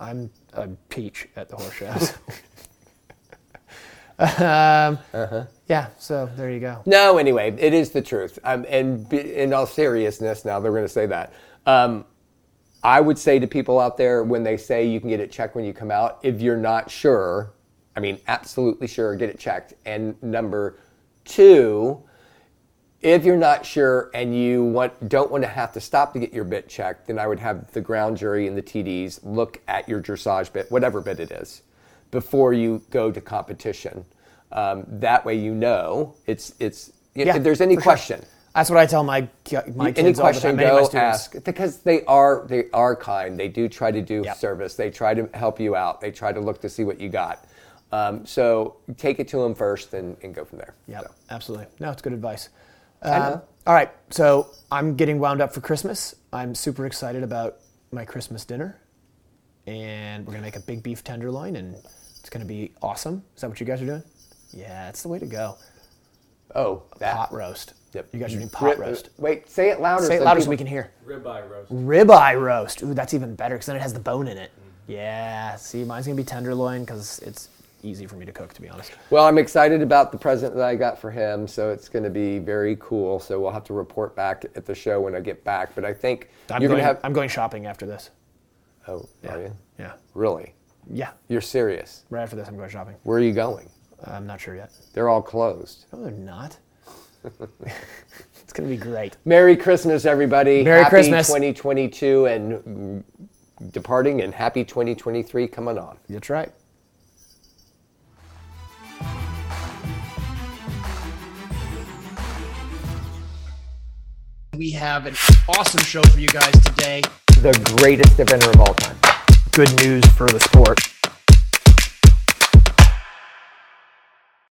C: I'm a peach at the horse shows. um,
B: Uh-huh.
C: Yeah. So there you go.
B: No, anyway, it is the truth. Um, and be, in all seriousness, now they're going to say that. Um, I would say to people out there when they say you can get it checked when you come out, if you're not sure, I mean, absolutely sure, get it checked. And number two, if you're not sure and you want, don't want to have to stop to get your bit checked, then I would have the ground jury and the TDs look at your dressage bit, whatever bit it is, before you go to competition. Um, that way, you know it's it's.
C: Yeah,
B: if there's any
C: for sure.
B: question,
C: That's what I tell my ki- my
B: any
C: kids all the
B: question,
C: time. Many of my
B: go
C: students.
B: ask because they are they are kind. They do try to do
C: Yep.
B: service. They try to help you out. They try to look to see what you got. Um, so take it to them first and, and go from there.
C: Yeah,
B: So.
C: absolutely. No, it's good advice. Uh, all right, so I'm getting wound up for Christmas. I'm super excited about my Christmas dinner, and we're gonna make a big beef tenderloin, and it's gonna be awesome. Is that what you guys are doing? Yeah, that's the way to go.
B: Oh, that.
C: Pot roast.
B: Yep. uh,
C: You guys are doing pot
B: Ri-
C: roast.
B: Wait, say it louder.
C: Say it louder so we can hear.
J: Ribeye roast.
C: Ribeye roast. Ooh, that's even better because then it has the bone in it.
J: Mm-hmm.
C: Yeah. See, mine's gonna be tenderloin because it's easy for me to cook, to be honest.
B: Well, I'm excited about the present that I got for him, so it's going to be very cool. So we'll have to report back at the show when I get back. But I think
C: I'm
B: you're
C: going.
B: going to have.
C: I'm going shopping after this.
B: oh, are you?
C: Yeah.
B: Really?
C: Yeah.
B: You're serious?
C: Right after this, I'm going shopping.
B: Where are you going?
C: I'm not sure yet.
B: They're all closed.
C: No, they're not. it's gonna be great.
B: Merry Christmas, everybody.
C: Merry
B: happy
C: Christmas.
B: 2022 and mm, departing, and happy 2023 coming on.
C: That's right.
A: We have an awesome show for you guys today.
B: The greatest eventer of all time.
C: Good news for the sport.